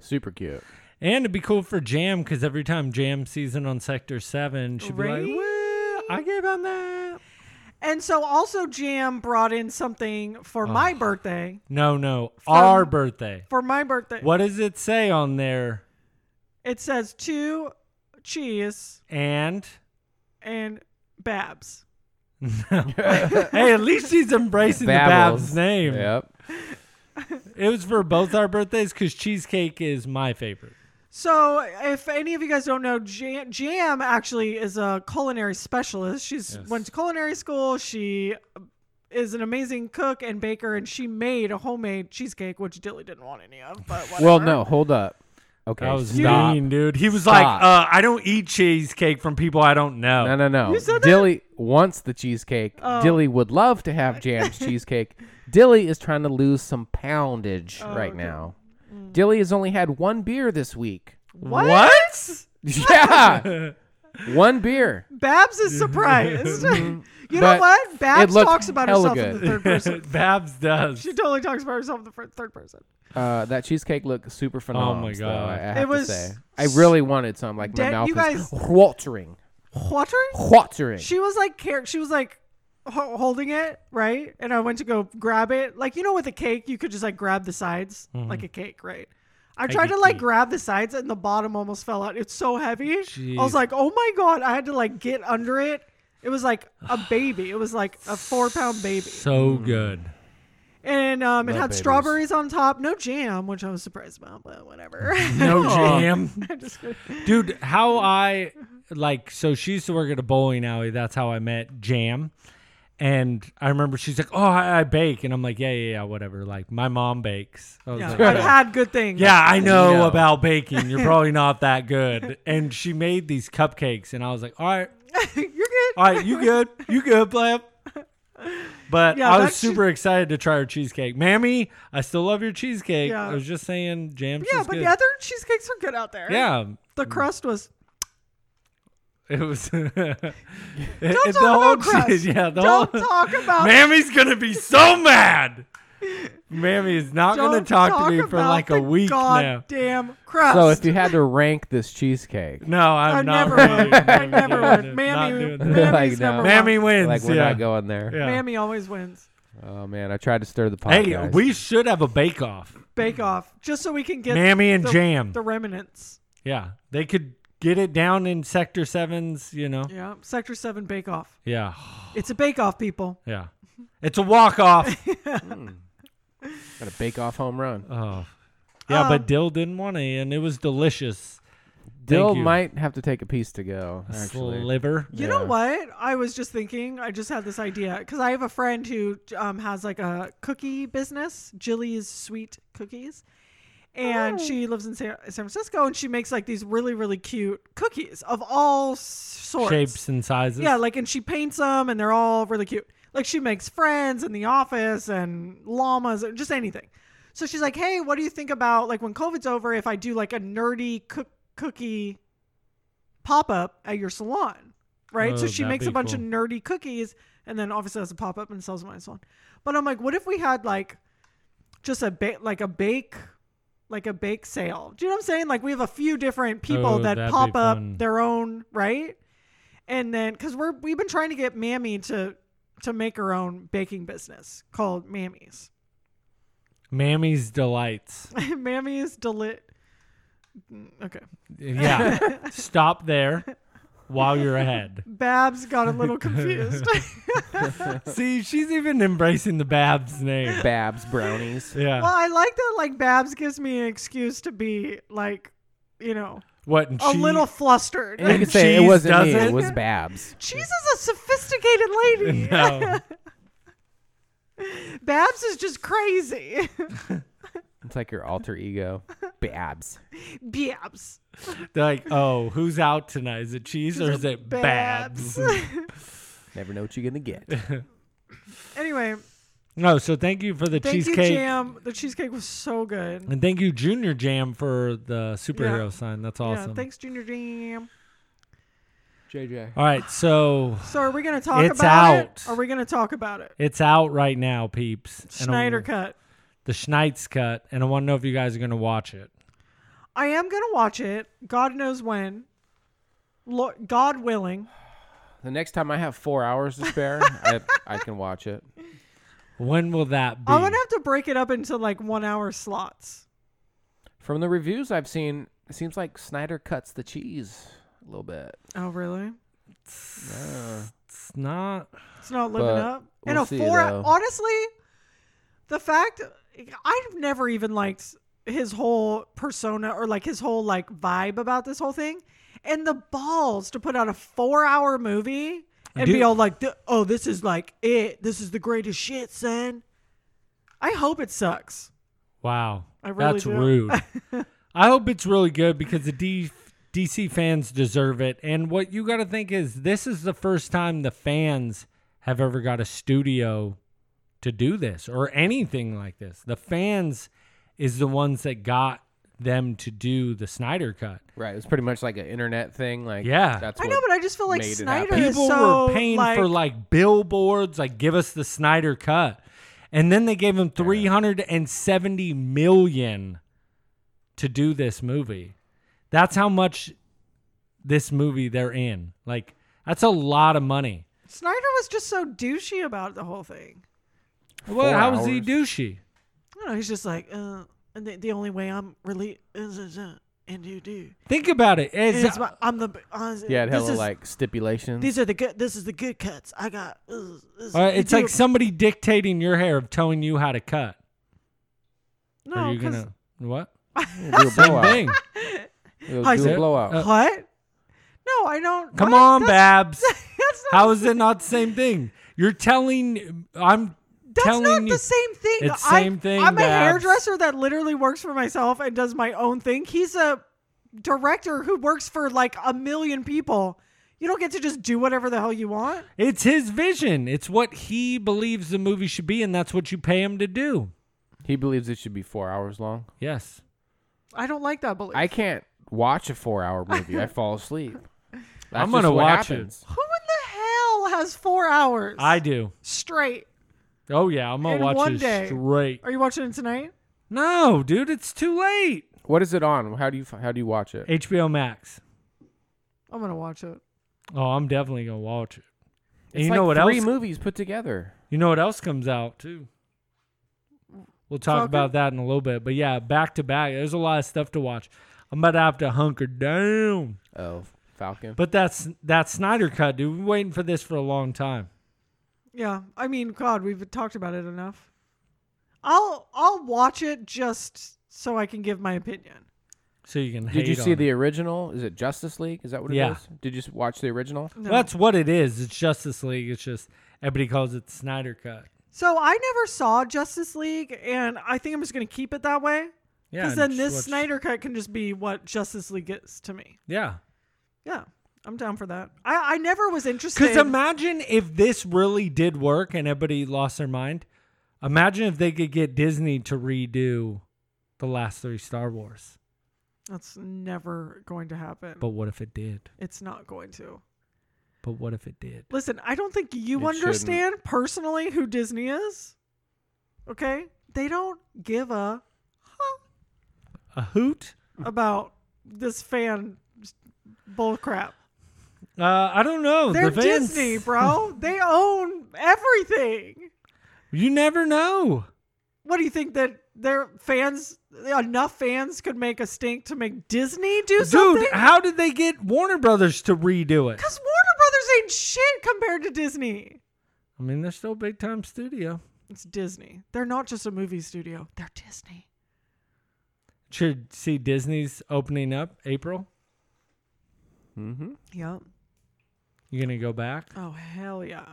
Speaker 4: Super cute.
Speaker 1: And it'd be cool for Jam because every time Jam season on Sector Seven, she'd be
Speaker 5: Right?
Speaker 1: like, "Well, I gave on that."
Speaker 5: And so also Jam brought in something for my birthday.
Speaker 1: No, no, our birthday.
Speaker 5: For my birthday.
Speaker 1: What does it say on there?
Speaker 5: It says two cheese
Speaker 1: And
Speaker 5: and Babs.
Speaker 1: hey, at least she's embracing
Speaker 4: Babbles.
Speaker 1: the Babs name.
Speaker 4: Yep.
Speaker 1: It was for both our birthdays because cheesecake is my favorite.
Speaker 5: So, if any of you guys don't know, Jam, Jam actually is a culinary specialist. She's went to culinary school. She is an amazing cook and baker, and she made a homemade cheesecake, which Dilly didn't want any of. But whatever.
Speaker 4: Well, no, hold up. Okay.
Speaker 1: That was
Speaker 4: stop.
Speaker 1: mean, dude. He was
Speaker 4: Stop.
Speaker 1: like, uh, "I don't eat cheesecake from people I don't know."
Speaker 4: No, no, no.
Speaker 5: You said that? Oh.
Speaker 4: Dilly wants the cheesecake. Dilly would love to have Jam's cheesecake. Dilly is trying to lose some poundage
Speaker 5: Oh,
Speaker 4: right now. Dilly has only had one beer this week.
Speaker 5: Mm. What?
Speaker 4: yeah. one beer.
Speaker 5: Babs is surprised. you know
Speaker 4: But
Speaker 5: what? Babs
Speaker 4: looked
Speaker 5: talks about
Speaker 4: hella
Speaker 5: herself in
Speaker 4: good.
Speaker 5: the third person.
Speaker 1: Babs does.
Speaker 5: she totally talks about herself in the fir- third person.
Speaker 4: Uh, that cheesecake looked super phenomenal.
Speaker 1: Oh my
Speaker 4: though,
Speaker 1: God.
Speaker 4: I, I have
Speaker 5: It
Speaker 4: to
Speaker 5: was
Speaker 4: say. I really wanted some. Like my
Speaker 5: Dad,
Speaker 4: mouth
Speaker 5: you
Speaker 4: was
Speaker 5: guys-
Speaker 4: watering,
Speaker 5: Water?
Speaker 4: watering.
Speaker 5: She was like, car- she was like ho- holding it, right? And I went to go grab it. Like, you know, with a cake, you could just like grab the sides
Speaker 1: Mm-hmm.
Speaker 5: like a cake, right? I tried to like grab the sides and the bottom almost fell out. It's so heavy. I was like, oh my God. I had to like get under it. It was like a baby. It was like a four pound baby.
Speaker 1: So good.
Speaker 5: And um, it
Speaker 4: Love
Speaker 5: had
Speaker 4: babies.
Speaker 5: strawberries on top, no jam, which I was surprised about, but whatever.
Speaker 1: No jam.
Speaker 5: Oh. I'm just kidding.
Speaker 1: Dude, how I like so she used to work at a bowling alley. That's how I met Jam. And I remember she's like, "Oh, I, I bake," and I'm like, "Yeah, yeah, yeah, whatever." Like my mom bakes. I was
Speaker 5: Yeah,
Speaker 1: like,
Speaker 5: I've had good things.
Speaker 1: Yeah, I know,
Speaker 4: know.
Speaker 1: about baking. You're probably not that good. And she made these cupcakes, and I was like, all right,
Speaker 5: You're good.
Speaker 1: all right, you good, you good, Blab. But
Speaker 5: Yeah,
Speaker 1: I
Speaker 5: that
Speaker 1: was
Speaker 5: should-
Speaker 1: super excited to try her cheesecake, Mammy. I still love your cheesecake.
Speaker 5: Yeah.
Speaker 1: I was just saying, jam.
Speaker 5: Yeah,
Speaker 1: is
Speaker 5: but
Speaker 1: good.
Speaker 5: the other cheesecakes are good out there.
Speaker 1: yeah,
Speaker 5: The crust was
Speaker 1: it was.
Speaker 5: Don't talk about crust.
Speaker 1: yeah, the
Speaker 5: Don't
Speaker 1: whole-
Speaker 5: talk about.
Speaker 1: Mammy's gonna be so mad. Mammy is not
Speaker 5: Don't
Speaker 1: gonna talk, to me for
Speaker 5: about
Speaker 1: like a
Speaker 5: the
Speaker 1: week now.
Speaker 5: goddamn crust.
Speaker 4: so if you had to rank this cheesecake,
Speaker 1: No, I'm
Speaker 5: I
Speaker 1: not.
Speaker 5: never
Speaker 1: ready.
Speaker 5: would. I never
Speaker 1: Not
Speaker 5: would.
Speaker 1: doing
Speaker 5: Mammy,
Speaker 1: that.
Speaker 5: Mammy's
Speaker 4: Like, no.
Speaker 5: number
Speaker 1: Mammy
Speaker 5: one.
Speaker 1: wins.
Speaker 4: like we're
Speaker 1: yeah.
Speaker 4: not going there.
Speaker 1: Yeah.
Speaker 5: Mammy always wins.
Speaker 4: Oh man, I tried to stir the pot.
Speaker 1: Hey,
Speaker 4: guys.
Speaker 1: we should have a bake off.
Speaker 5: Bake Off, just so we can get
Speaker 1: Mammy and
Speaker 5: the,
Speaker 1: Jam.
Speaker 5: the remnants.
Speaker 1: Yeah, they could get it down in Sector 7's, you know?
Speaker 5: Yeah, Sector Seven Bake Off.
Speaker 1: Yeah,
Speaker 5: It's a Bake Off, people.
Speaker 1: yeah. It's a walk off.
Speaker 4: got a bake off home run.
Speaker 1: oh. Yeah,
Speaker 5: Um,
Speaker 1: but Dill didn't want it, and it was delicious.
Speaker 4: Dill
Speaker 1: you.
Speaker 4: might have to take a piece to go. Actually,
Speaker 1: Sliver.
Speaker 5: You know what? I was just thinking. I just had this idea because I have a friend who um, has like a cookie business, Jilly's Sweet Cookies, and she lives in San, San Francisco, and she makes like these really really cute cookies of all s- sorts,
Speaker 1: Shapes and sizes.
Speaker 5: Yeah, like and she paints them, and they're all really cute. Like she makes friends in the office and llamas, or just anything. So she's like, "Hey, what do you think about like when COVID's over if I do like a nerdy cook cookie pop up at your salon?" Right?
Speaker 1: Oh,
Speaker 5: so she
Speaker 1: that'd
Speaker 5: makes
Speaker 1: be
Speaker 5: a bunch
Speaker 1: cool.
Speaker 5: of nerdy cookies and then obviously has a pop up and sells them at his salon. But I'm like, "What if we had like just a ba- like a bake like a bake sale. Do you know what I'm saying? Like we have a few different people
Speaker 1: Oh, that'd
Speaker 5: that
Speaker 1: be
Speaker 5: pop up
Speaker 1: fun.
Speaker 5: their own, right? And then because we're we've been trying to get Mammy to to make her own baking business called Mammy's.
Speaker 1: Mammy's Delights.
Speaker 5: Mammy's delit. mm, Okay,
Speaker 1: Yeah. Stop there while you're ahead.
Speaker 5: Babs got a little confused.
Speaker 1: See, she's even embracing the Babs name.
Speaker 4: Babs brownies.
Speaker 1: Yeah.
Speaker 5: well, I like that. Like Babs gives me an excuse to be like, you know,
Speaker 1: What? And
Speaker 5: a
Speaker 1: she-
Speaker 5: little flustered.
Speaker 4: And you can
Speaker 1: And
Speaker 4: say it
Speaker 1: cheese
Speaker 4: wasn't me. It
Speaker 1: doesn't?
Speaker 4: was Babs.
Speaker 5: Cheese is a sophisticated lady.
Speaker 1: No.
Speaker 5: Babs is just crazy.
Speaker 4: It's like your alter ego, Babs.
Speaker 5: Babs.
Speaker 1: They're like, oh, who's out tonight? Is it Cheese or is it Babs?
Speaker 4: Never know what you're gonna get.
Speaker 5: anyway,
Speaker 1: no, so thank you for the
Speaker 5: thank
Speaker 1: cheesecake.
Speaker 5: you, Jam. The cheesecake was so good.
Speaker 1: And thank you, Junior Jam, for the superhero
Speaker 5: Yeah.
Speaker 1: sign. That's awesome.
Speaker 5: Yeah, thanks, Junior Jam.
Speaker 4: JJ.
Speaker 1: All right, so
Speaker 5: So are we gonna talk
Speaker 1: It's
Speaker 5: about
Speaker 1: out.
Speaker 5: it? Are we gonna talk about it?
Speaker 1: it's out right now, peeps. And I
Speaker 5: Schneider
Speaker 1: wanna-
Speaker 5: cut.
Speaker 1: The Schneid's cut, and I want to know if you guys are going to watch it.
Speaker 5: I am gonna watch it. God knows when. Lo- God willing.
Speaker 4: The next time I have four hours to spare, I, I can watch it.
Speaker 1: When will that be?
Speaker 5: I'm gonna have to break it up into like one hour slots.
Speaker 4: From the reviews I've seen, it seems like Snyder cuts the cheese a little bit.
Speaker 5: Oh really?
Speaker 1: It's not.
Speaker 5: It's not living
Speaker 4: But
Speaker 5: up.
Speaker 4: we'll
Speaker 5: and a
Speaker 4: see,
Speaker 5: four.
Speaker 4: though.
Speaker 5: Honestly, the fact I've never even liked his whole persona or like his whole like vibe about this whole thing, and the balls to put out a four-hour movie and
Speaker 1: Dude.
Speaker 5: be all like, "Th- "Oh, this is like it. This is the greatest shit, son." I hope it sucks.
Speaker 1: Wow,
Speaker 5: I really
Speaker 1: that's
Speaker 5: do.
Speaker 1: rude. I hope it's really good because the D- DC fans deserve it. And what you got to think is this is the first time the fans have ever got a studio to do this or anything like this. The fans is the ones that got them to do the Snyder cut.
Speaker 4: Right. It's pretty much like an internet thing. Like
Speaker 1: Yeah.
Speaker 4: that's
Speaker 5: I
Speaker 4: what
Speaker 5: know, but I just feel like
Speaker 4: made it
Speaker 5: Snyder
Speaker 4: happen.
Speaker 5: is
Speaker 1: people
Speaker 5: so
Speaker 1: were paying
Speaker 5: like,
Speaker 1: for like billboards, like give us the Snyder cut, and then they gave him three hundred and seventy million to do this movie. That's how much this movie they're in. Like that's a lot of money.
Speaker 5: Snyder was just so douchey about the whole thing.
Speaker 1: Well, how was he
Speaker 4: hours.
Speaker 1: douchey?
Speaker 5: I don't know. He's just like, uh, and the, the only way I'm really is, is, uh, and you do.
Speaker 1: Think about it. As-
Speaker 5: It's my, I'm the. Uh,
Speaker 4: yeah, it had
Speaker 5: this
Speaker 4: hella,
Speaker 5: is,
Speaker 4: like stipulations.
Speaker 5: These are the good. This is the good cuts I got.
Speaker 4: Uh,
Speaker 5: Ugh, this-
Speaker 1: all right,
Speaker 5: you
Speaker 1: uh, it's like
Speaker 5: do-
Speaker 1: somebody dictating your hair of telling you how to cut.
Speaker 5: no,
Speaker 1: Are you
Speaker 5: 'cause-
Speaker 1: gonna what?
Speaker 4: We'll do a
Speaker 1: Same
Speaker 4: blowout.
Speaker 1: thing.
Speaker 4: We'll
Speaker 5: Hi,
Speaker 4: do
Speaker 5: sir.
Speaker 4: a blowout.
Speaker 1: Uh,
Speaker 5: what? No, I don't.
Speaker 1: Come
Speaker 5: what?
Speaker 1: on,
Speaker 5: That's-
Speaker 1: Babs.
Speaker 5: That's not,
Speaker 1: How is it not the same thing? You're telling I'm
Speaker 5: that's
Speaker 1: telling
Speaker 5: not
Speaker 1: you
Speaker 5: the same thing.
Speaker 1: It's
Speaker 5: I,
Speaker 1: same thing,
Speaker 5: I'm a
Speaker 1: Babs.
Speaker 5: hairdresser that literally works for myself and does my own thing. He's a director who works for like a million people. You don't get to just do whatever the hell you want.
Speaker 1: it's his vision. It's what he believes the movie should be, and that's what you pay him to do.
Speaker 4: He believes it should be four hours long.
Speaker 1: Yes.
Speaker 5: I don't like that belief.
Speaker 4: I can't watch a four-hour movie. I fall asleep. That's
Speaker 1: I'm gonna
Speaker 4: just what
Speaker 1: watch it.
Speaker 4: happens.
Speaker 5: Who in the hell has four hours
Speaker 1: I do.
Speaker 5: straight?
Speaker 1: Oh yeah, I'm gonna
Speaker 5: In
Speaker 1: watch
Speaker 5: one
Speaker 1: this
Speaker 5: day.
Speaker 1: straight.
Speaker 5: Are you watching it tonight?
Speaker 1: No, dude, it's too late.
Speaker 4: What is it on? How do you how do you watch it?
Speaker 1: HBO Max.
Speaker 5: I'm gonna watch it.
Speaker 1: Oh, I'm definitely gonna watch it. And
Speaker 4: It's
Speaker 1: you
Speaker 4: like
Speaker 1: know what
Speaker 4: three
Speaker 1: else?
Speaker 4: movies put together.
Speaker 1: you know what else comes out too. We'll talk
Speaker 5: Falcon?
Speaker 1: about that in a little bit. But yeah, back to back. There's a lot of stuff to watch. I'm about to have to hunker down.
Speaker 4: Oh, Falcon.
Speaker 1: But that's that Snyder cut, dude. We've been waiting for this for a long time.
Speaker 5: Yeah, I mean, God, we've talked about it enough. I'll I'll watch it just so I can give my opinion.
Speaker 1: So you can.
Speaker 4: Did you
Speaker 1: hate
Speaker 4: see
Speaker 1: on
Speaker 4: the
Speaker 1: it.
Speaker 4: original? Is it Justice League? Is that what it is?
Speaker 1: Yeah.
Speaker 4: Did you s- watch the original?
Speaker 5: No.
Speaker 1: Well, that's what it is. It's Justice League. It's just everybody calls it the Snyder cut.
Speaker 5: So I never saw Justice League, and I think I'm just gonna keep it that way
Speaker 1: Yeah.
Speaker 5: because
Speaker 1: and
Speaker 5: then
Speaker 1: just
Speaker 5: this
Speaker 1: what's-
Speaker 5: Snyder cut can just be what Justice League is to me.
Speaker 1: Yeah.
Speaker 5: Yeah, I'm down for that. I I never was interested.
Speaker 1: Because imagine if this really did work and everybody lost their mind. Imagine if they could get Disney to redo the last three Star Wars.
Speaker 5: That's never going to happen.
Speaker 1: But what if it did?
Speaker 5: it's not going to.
Speaker 1: But what if it did?
Speaker 5: Listen, I don't think you
Speaker 4: It shouldn't.
Speaker 5: understand personally who Disney is. Okay? They don't give a
Speaker 1: A hoot?
Speaker 5: about this fan bullcrap.
Speaker 1: Uh, I don't know.
Speaker 5: They're
Speaker 1: the fans,
Speaker 5: Disney, bro. they own everything.
Speaker 1: You never know.
Speaker 5: What do you think that their fans, enough fans, could make a stink to make Disney do something?
Speaker 1: Dude, how did they get Warner Brothers to redo it?
Speaker 5: Because Warner Brothers ain't shit compared to Disney.
Speaker 1: I mean, they're still a big time studio.
Speaker 5: It's Disney. They're not just a movie studio. They're Disney.
Speaker 1: Should see Disney's opening up April.
Speaker 4: Mm-hmm.
Speaker 5: Yep.
Speaker 1: You gonna go back?
Speaker 5: Oh hell yeah.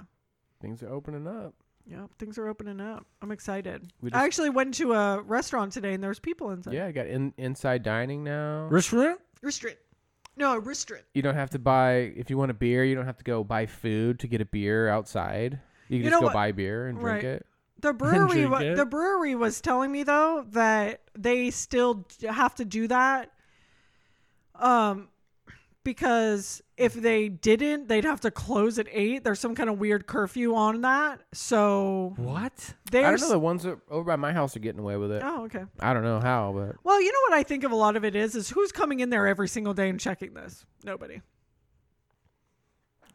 Speaker 4: Things are opening up.
Speaker 5: Yep. Things are opening up. I'm excited.
Speaker 4: We
Speaker 5: I
Speaker 4: just-
Speaker 5: actually went to a restaurant today and there was people inside.
Speaker 4: Yeah, I got in, inside dining now.
Speaker 1: Restaurant?
Speaker 5: Restrict. No, restrict.
Speaker 4: You don't have to buy if you want a beer. You don't have to go buy food to get a beer outside. You can
Speaker 5: You know
Speaker 4: just go
Speaker 5: what?
Speaker 4: buy beer and drink
Speaker 5: Right.
Speaker 4: it.
Speaker 5: The brewery,
Speaker 1: drink
Speaker 5: wa-
Speaker 1: it.
Speaker 5: the brewery was telling me though that they still d- have to do that, um, because if they didn't, they'd have to close at eight. There's some kind of weird curfew on that, so
Speaker 1: What?
Speaker 5: they're.
Speaker 4: I don't know.
Speaker 5: s-
Speaker 4: The ones that over by my house are getting away with it.
Speaker 5: oh, okay.
Speaker 4: I don't know how, but
Speaker 5: Well, you know what I think of a lot of it is is who's coming in there every single day and checking this? Nobody.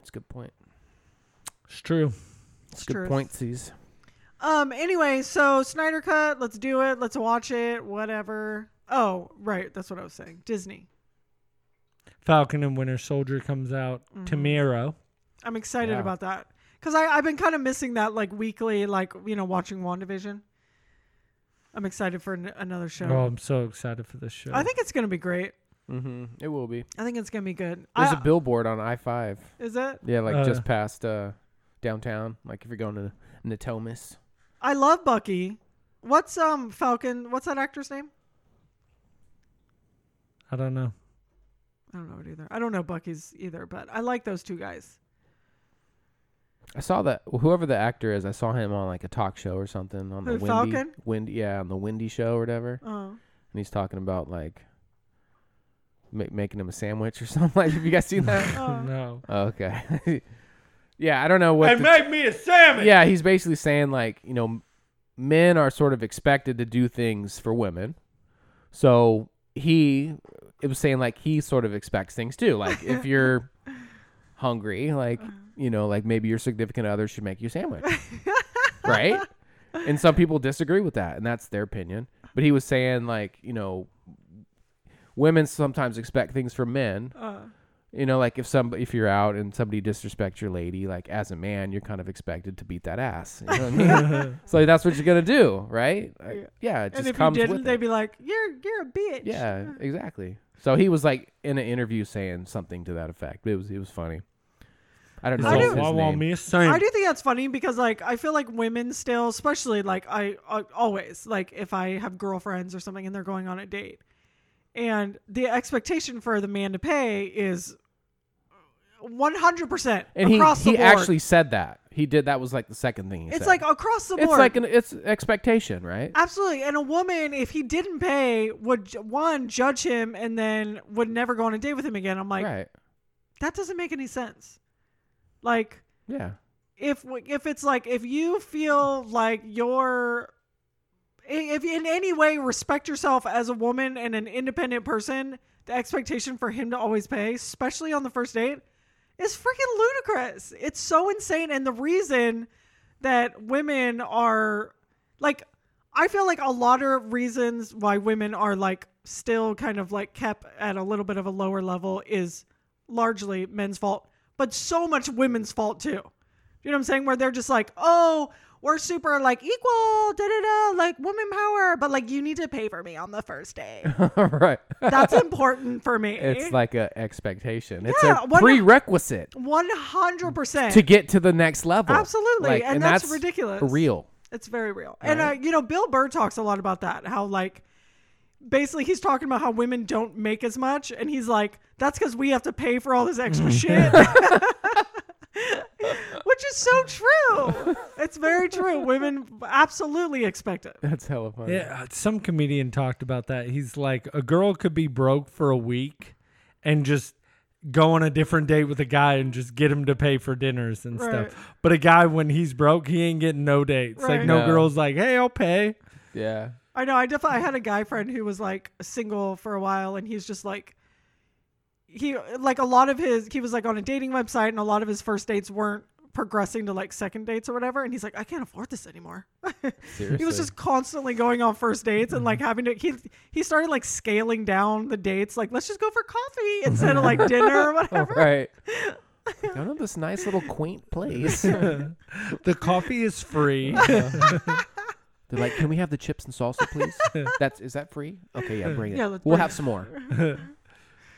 Speaker 4: it's a good point.
Speaker 1: It's true.
Speaker 4: It's,
Speaker 5: It's
Speaker 4: good
Speaker 5: true.
Speaker 4: pointsies.
Speaker 5: Um. Anyway, so Snyder Cut. Let's do it. Let's watch it. Whatever. Oh, right. That's what I was saying. Disney.
Speaker 1: Falcon and Winter Soldier comes out
Speaker 5: Mm-hmm.
Speaker 1: tomorrow.
Speaker 5: I'm excited
Speaker 4: Yeah.
Speaker 5: about that because I've been kind of missing that like weekly, like you know, watching Wandavision. I'm excited for an- another show.
Speaker 1: Oh, I'm so excited for this show.
Speaker 5: I think it's gonna be great.
Speaker 4: Mm-hmm. It will be.
Speaker 5: I think it's gonna be good.
Speaker 4: There's
Speaker 5: I-
Speaker 4: a billboard on I five.
Speaker 5: is it?
Speaker 4: Yeah, like
Speaker 1: Oh,
Speaker 4: just
Speaker 1: yeah.
Speaker 4: past uh, downtown. Like if you're going to Natomas,
Speaker 5: I love Bucky. What's um Falcon? What's that actor's name?
Speaker 1: I don't know.
Speaker 5: I don't know it either. I don't know Bucky's either, but I like those two guys.
Speaker 4: I saw that whoever the actor is, I saw him on like a talk show or something on the
Speaker 5: Who,
Speaker 4: windy,
Speaker 5: Falcon?
Speaker 4: Wind, yeah, on the windy show or whatever.
Speaker 5: Oh,
Speaker 4: and he's talking about like ma- making him a sandwich or something. Like, have you guys seen that?
Speaker 5: uh,
Speaker 1: No.
Speaker 4: Oh, okay. yeah, I don't know what. the-
Speaker 1: made me a salmon.
Speaker 4: yeah, he's basically saying like you know, m- men are sort of expected to do things for women, so he it was saying like he sort of expects things too. Like if you're hungry, like you know, like maybe your significant other should make you a sandwich, right? And some people disagree with that, and that's their opinion. But he was saying like you know, women sometimes expect things from men,
Speaker 5: uh.
Speaker 4: you know, like if some if you're out and somebody disrespects your lady, like as a man, you're kind of expected to beat that ass. You know what I mean? so that's what you're gonna do, right? Like, yeah, it
Speaker 5: and
Speaker 4: just
Speaker 5: if you
Speaker 4: comes
Speaker 5: didn't,
Speaker 4: with
Speaker 5: they'd
Speaker 4: it.
Speaker 5: be like, "You're you're a bitch."
Speaker 4: yeah, exactly. So he was like in an interview saying something to that effect. It was it was funny. I don't know
Speaker 5: I
Speaker 4: his
Speaker 5: do-
Speaker 1: I want
Speaker 4: name.
Speaker 1: me a salmon.
Speaker 5: I do think that's funny because like I feel like women still, especially like I, I always like if I have girlfriends or something and they're going on a date, and the expectation for the man to pay is one hundred percent
Speaker 4: and he
Speaker 5: across
Speaker 4: he
Speaker 5: the board.
Speaker 4: actually said that he did. That was like the second thing he
Speaker 5: it's
Speaker 4: said.
Speaker 5: like across the
Speaker 4: it's
Speaker 5: board.
Speaker 4: like an it's expectation, right?
Speaker 5: Absolutely, and a woman, if he didn't pay, would ju- one judge him and then would never go on a date with him again. I'm like,
Speaker 4: right.
Speaker 5: that doesn't make any sense. Like,
Speaker 4: Yeah.
Speaker 5: if if it's like if you feel like you're if you in any way respect yourself as a woman and an independent person the expectation for him to always pay especially on the first date is freaking ludicrous it's so insane and the reason that women are like i feel like a lot of reasons why women are like still kind of like kept at a little bit of a lower level is largely men's fault but so much women's fault too you know what I'm saying? Where they're just like, oh, we're super like equal, da da da, like woman power, but like you need to pay for me on the first day.
Speaker 4: right.
Speaker 5: That's important for me.
Speaker 4: It's like a expectation. It's
Speaker 5: Yeah,
Speaker 4: a
Speaker 5: why not-
Speaker 4: prerequisite.
Speaker 5: one hundred percent.
Speaker 4: to get to the next level.
Speaker 5: Absolutely,
Speaker 4: Like,
Speaker 5: and that's ridiculous.
Speaker 4: Real.
Speaker 5: It's very real. And uh, you know, Bill Burr talks a lot about that. How like basically he's talking about how women don't make as much, and he's like, that's because we have to pay for all this extra
Speaker 4: Mm.
Speaker 5: shit. Which is so true. It's very true. women absolutely expect it.
Speaker 4: That's hella funny.
Speaker 1: Yeah, uh, some comedian talked about that. He's like, a girl could be broke for a week and just go on a different date with a guy and just get him to pay for dinners and
Speaker 5: Right.
Speaker 1: stuff. But a guy, when he's broke, he ain't getting no dates. Like,
Speaker 5: Right.
Speaker 1: no,
Speaker 4: No.
Speaker 1: girl's like, hey, I'll pay.
Speaker 4: Yeah.
Speaker 5: I know. I definitely I had a guy friend who was like single for a while, and he's just like he like a lot of his he was like on a dating website, and a lot of his first dates weren't progressing to like second dates or whatever. And he's like, I can't afford this anymore.
Speaker 4: Seriously. Mm-hmm.
Speaker 5: he was just constantly going on first dates and like having to he he started like scaling down the dates, like let's just go for coffee instead of like dinner or
Speaker 4: Oh,
Speaker 5: whatever.
Speaker 4: right. Go to this nice little quaint place. They're
Speaker 1: The coffee is free.
Speaker 4: like, can we have the chips and salsa, please? That's is that free? Okay, yeah, bring it.
Speaker 5: Yeah, let's
Speaker 4: we'll
Speaker 5: bring
Speaker 4: have some more.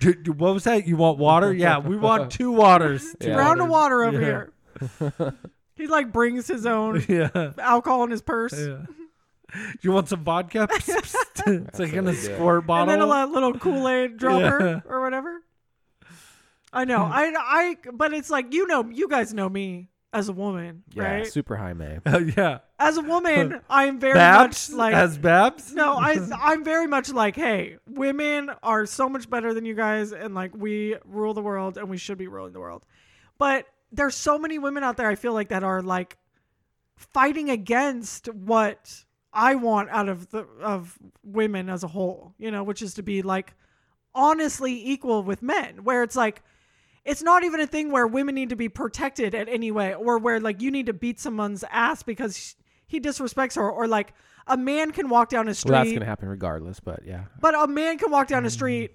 Speaker 1: D- d- what was that? You want water? Yeah, we want two waters. Two
Speaker 4: Yeah.
Speaker 5: Round of
Speaker 1: waters.
Speaker 5: water over
Speaker 1: Yeah.
Speaker 5: here. he like brings his own
Speaker 1: Yeah.
Speaker 5: alcohol in his purse.
Speaker 1: yeah. You want some vodka? Psst, psst. it's like in a
Speaker 4: what we do.
Speaker 1: squirt bottle.
Speaker 5: and then a li- little Kool Aid dropper or whatever. I know. I I but it's like you know you guys know me as a woman,
Speaker 4: Yeah,
Speaker 5: right?
Speaker 4: super high May.
Speaker 1: Oh, yeah.
Speaker 5: as a woman, I am very
Speaker 1: Babs?
Speaker 5: much like
Speaker 1: As Babs?
Speaker 5: no, I I'm very much like hey, women are so much better than you guys, and like we rule the world, and we should be ruling the world. But there's so many women out there. I feel like that are like fighting against what I want out of the of women as a whole, you know, which is to be like honestly equal with men, where it's like it's not even a thing where women need to be protected at any way or where like you need to beat someone's ass because sh- he disrespects her or like a man can walk down a street
Speaker 4: Well, that's gonna happen regardless, but yeah.
Speaker 5: but a man can walk down a street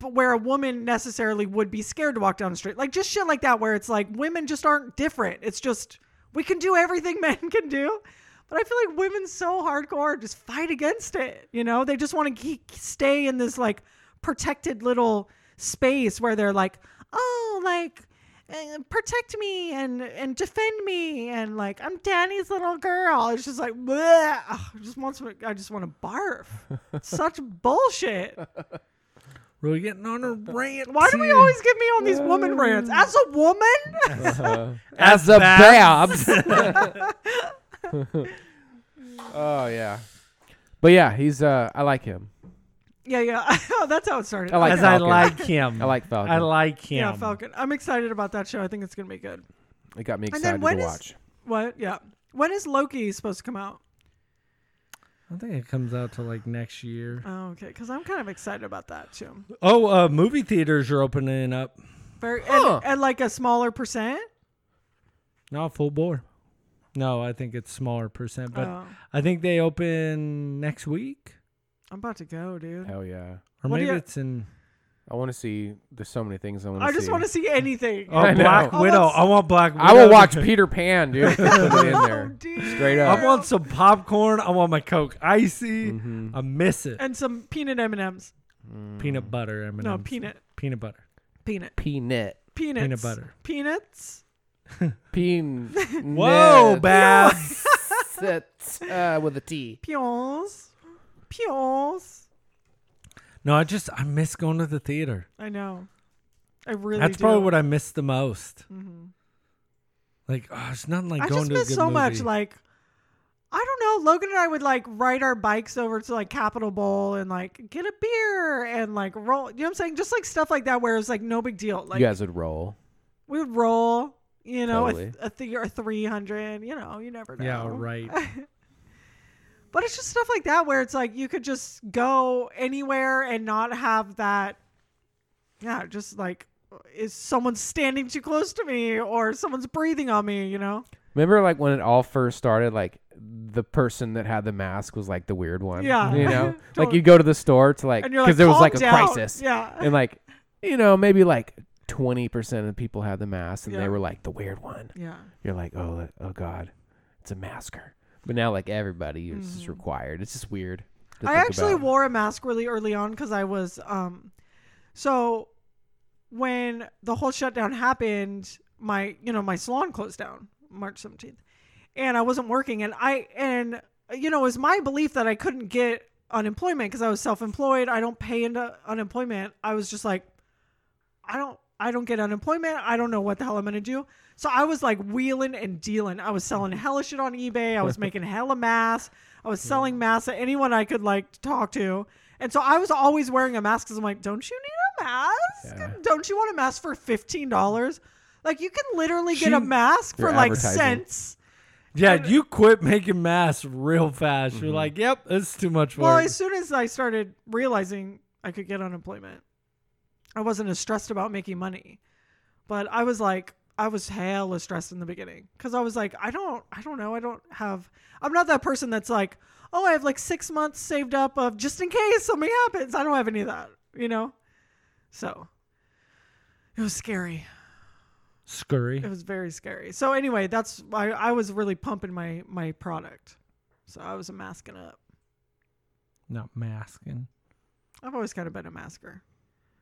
Speaker 5: b- where a woman necessarily would be scared to walk down the street. Like just shit like that, where it's like women just aren't different. It's just we can do everything men can do. But I feel like women so hardcore just fight against it. You know, they just want to keep, stay in this like protected little space where they're like, oh, like eh, protect me and and defend me and like I'm Danny's little girl. It's just like, bleh. Ugh, I just want to, I just want to barf. Such bullshit.
Speaker 1: We're getting on a rant.
Speaker 5: Why do we always get me on these woman rants? As a woman,
Speaker 1: As
Speaker 4: the
Speaker 1: Babs.
Speaker 4: Babs. oh yeah. But yeah, he's uh I like him.
Speaker 5: yeah, yeah. Oh, that's how it started.
Speaker 4: I like
Speaker 1: As I
Speaker 4: Falcon.
Speaker 1: like him.
Speaker 4: I like Falcon.
Speaker 1: I like him.
Speaker 5: yeah, Falcon. I'm excited about that show. I think it's gonna be good.
Speaker 4: It got me
Speaker 5: then
Speaker 4: excited
Speaker 5: when
Speaker 4: to
Speaker 5: is-
Speaker 4: watch.
Speaker 5: What? Yeah. When is Loki supposed to come out?
Speaker 1: I think it comes out to like next year.
Speaker 5: Oh, okay. Because I'm kind of excited about that too.
Speaker 1: Oh, uh, movie theaters are opening up.
Speaker 5: Very and-
Speaker 4: Huh.
Speaker 5: and, like a smaller percent.
Speaker 1: Not full bore. No, I think it's smaller percent, but
Speaker 5: Oh.
Speaker 1: I think they open next week,
Speaker 5: I'm about to go, dude.
Speaker 4: Hell yeah.
Speaker 1: or
Speaker 5: What do
Speaker 1: maybe
Speaker 5: you-
Speaker 1: it's in.
Speaker 4: I wanna see there's so many things I wanna
Speaker 5: I
Speaker 4: see.
Speaker 5: just want to see anything.
Speaker 1: Oh,
Speaker 4: I know.
Speaker 1: Black
Speaker 5: I
Speaker 1: Widow.
Speaker 5: want s-
Speaker 1: I want Black. Widow
Speaker 4: I will watch
Speaker 1: to-
Speaker 4: Peter Pan, dude. if they put it in
Speaker 5: Oh,
Speaker 4: there.
Speaker 5: dude.
Speaker 4: Straight up.
Speaker 1: I want some popcorn. I want my Coke icy. I miss it.
Speaker 5: and some peanut M and M's.
Speaker 4: Mm.
Speaker 1: peanut butter. M&Ms.
Speaker 5: No, peanut,
Speaker 1: Peanut butter.
Speaker 5: peanut,
Speaker 4: Peanut.
Speaker 5: peanuts,
Speaker 1: butter.
Speaker 5: peanuts.
Speaker 4: Peen.
Speaker 1: Whoa,
Speaker 4: nuts.
Speaker 1: Babs.
Speaker 4: Sit, uh, with a T.
Speaker 5: Pions. Pions.
Speaker 1: no, I just I miss going to the theater.
Speaker 5: I know. I really
Speaker 1: That's
Speaker 5: do. Mm-hmm.
Speaker 1: probably what I miss the most. Like, oh, it's nothing like
Speaker 5: I
Speaker 1: going
Speaker 5: just
Speaker 1: to a
Speaker 5: miss
Speaker 1: good
Speaker 5: so much.
Speaker 1: movie.
Speaker 5: Like, I don't know. Logan and I would like ride our bikes over to like Capitol Bowl and like get a beer and like roll. You know what I'm saying? Just like stuff like that where it's like no big deal. Like
Speaker 4: you guys would roll.
Speaker 5: we would roll. You know, a
Speaker 4: Totally.
Speaker 5: a, th- or 300. You know, you never know.
Speaker 1: yeah, right.
Speaker 5: But it's just stuff like that where it's like you could just go anywhere and not have that. Yeah, just like is someone standing too close to me or someone's breathing on me? You know?
Speaker 4: Remember, like when it all first started, like the person that had the mask was like the weird one.
Speaker 5: Yeah.
Speaker 4: you know, like
Speaker 5: Totally.
Speaker 4: you go to the store to like
Speaker 5: And you're
Speaker 4: because
Speaker 5: like,
Speaker 4: there was
Speaker 5: "Calm
Speaker 4: like a
Speaker 5: down."
Speaker 4: crisis,
Speaker 5: Yeah.
Speaker 4: and like you know maybe like twenty percent of people had the mask and
Speaker 5: Yeah.
Speaker 4: they were like the weird one.
Speaker 5: Yeah.
Speaker 4: You're like, oh, that- oh God, it's a masker. But now like everybody is just required. It's just weird. to
Speaker 5: Mm-hmm. I
Speaker 4: think
Speaker 5: actually
Speaker 4: about.
Speaker 5: wore a mask really early on because I was um so when the whole shutdown happened, my you know, my salon closed down March seventeenth. And I wasn't working and I and you know, it was my belief that I couldn't get unemployment because I was self employed. I don't pay into unemployment. I was just like I don't I don't get unemployment. I don't know what the hell I'm going to do. So I was like wheeling and dealing. I was selling hella shit on eBay. I was making hella masks. I was selling masks to anyone I could like talk to. And so I was always wearing a mask because I'm like, don't you need a mask? Don't you want a mask for $15? Like you can literally get
Speaker 1: She-
Speaker 5: a mask for
Speaker 4: They're
Speaker 5: like
Speaker 4: advertising.
Speaker 5: cents.
Speaker 1: Yeah, you quit making masks real fast.
Speaker 4: Mm-hmm.
Speaker 1: You're like, yep, it's too much work.
Speaker 5: Well, as soon as I started realizing I could get unemployment, I wasn't as stressed about making money. But I was like, I was hella stressed in the beginning because I was like, I don't, I don't know, I don't have, I'm not that person that's like, oh, I have like six months saved up of just in case something happens. I don't have any of that, you know. So it was scary.
Speaker 1: Scurry.
Speaker 5: It was very scary. So anyway, that's I, I was really pumping my my product, so I was masking up.
Speaker 1: Not masking.
Speaker 5: I've always kind of been a masker.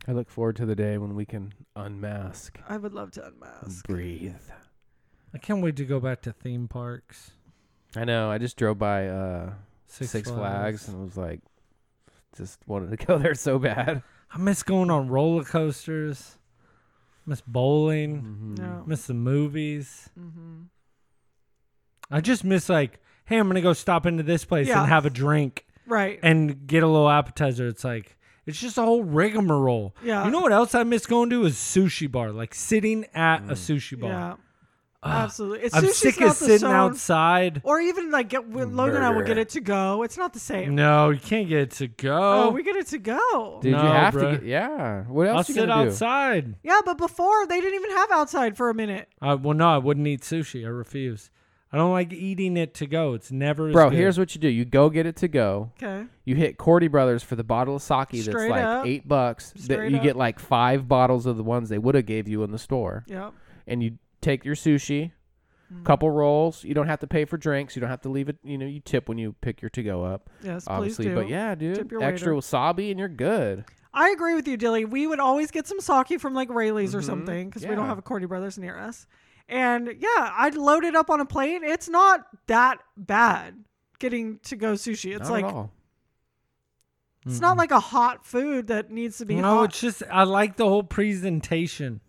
Speaker 4: I look forward to the day when we can unmask,
Speaker 5: I would love to unmask.
Speaker 4: breathe.
Speaker 1: I can't wait to go back to theme parks.
Speaker 4: I know. I just drove by uh, Six,
Speaker 1: Six,
Speaker 4: Flags. and was like, just wanted to go there so bad.
Speaker 1: I miss going on roller coasters. Miss bowling.
Speaker 4: Mm-hmm.
Speaker 5: No.
Speaker 1: Miss the movies.
Speaker 5: Mm-hmm.
Speaker 1: I just miss like, hey, I'm gonna go stop into this place
Speaker 5: Yeah.
Speaker 1: and have a drink
Speaker 5: Right.
Speaker 1: and get a little appetizer. It's like it's just a whole rigmarole.
Speaker 5: Yeah.
Speaker 1: You know what else I miss going to is sushi bar. Like sitting at a
Speaker 4: Mm.
Speaker 1: sushi bar.
Speaker 5: yeah. Absolutely. It's
Speaker 1: I'm
Speaker 5: sushi's
Speaker 1: sick
Speaker 5: not
Speaker 1: of
Speaker 5: the
Speaker 1: sitting
Speaker 5: zone.
Speaker 1: outside.
Speaker 5: Or even like get, we- Logan and I will
Speaker 4: Murder.
Speaker 5: get it to go. It's not the same.
Speaker 1: No, you can't get it to go.
Speaker 5: Oh, we get it to go.
Speaker 4: Did
Speaker 1: No,
Speaker 4: you have
Speaker 1: bruh.
Speaker 4: to get? Yeah. What else
Speaker 1: I'll
Speaker 4: you
Speaker 1: sit
Speaker 4: gonna do?
Speaker 1: outside.
Speaker 5: yeah, but before they didn't even have outside for a minute.
Speaker 1: I, well, no, I wouldn't eat sushi. I refuse. I don't like eating it to go. It's never. as
Speaker 4: Bro,
Speaker 1: good.
Speaker 4: here's what you do. You go get it to go.
Speaker 5: Okay.
Speaker 4: You hit Cordy Brothers for the bottle of sake that's
Speaker 5: Straight
Speaker 4: like
Speaker 5: up.
Speaker 4: eight bucks. That
Speaker 5: Straight
Speaker 4: you
Speaker 5: up.
Speaker 4: get like five bottles of the ones they would have gave you in the store,
Speaker 5: Yep.
Speaker 4: and you take your sushi,
Speaker 5: Mm-hmm.
Speaker 4: couple rolls. You don't have to pay for drinks. You don't have to leave it. You know, you tip when you pick your to go up,
Speaker 5: Yes,
Speaker 4: obviously.
Speaker 5: please do.
Speaker 4: But yeah, dude,
Speaker 5: Tip your
Speaker 4: extra wasabi and you're good.
Speaker 5: I agree with you, Dilly. We would always get some sake from like Rayleigh's or something because we don't
Speaker 4: Mm-hmm. Yeah.
Speaker 5: have a Cordy Brothers near us. And yeah, I'd load it up on a plate. It's not that bad getting to go sushi. It's
Speaker 4: Not
Speaker 5: like
Speaker 4: at all.
Speaker 5: it's not like a hot food that needs to be
Speaker 1: No,
Speaker 5: hot.
Speaker 1: it's just I like the whole presentation.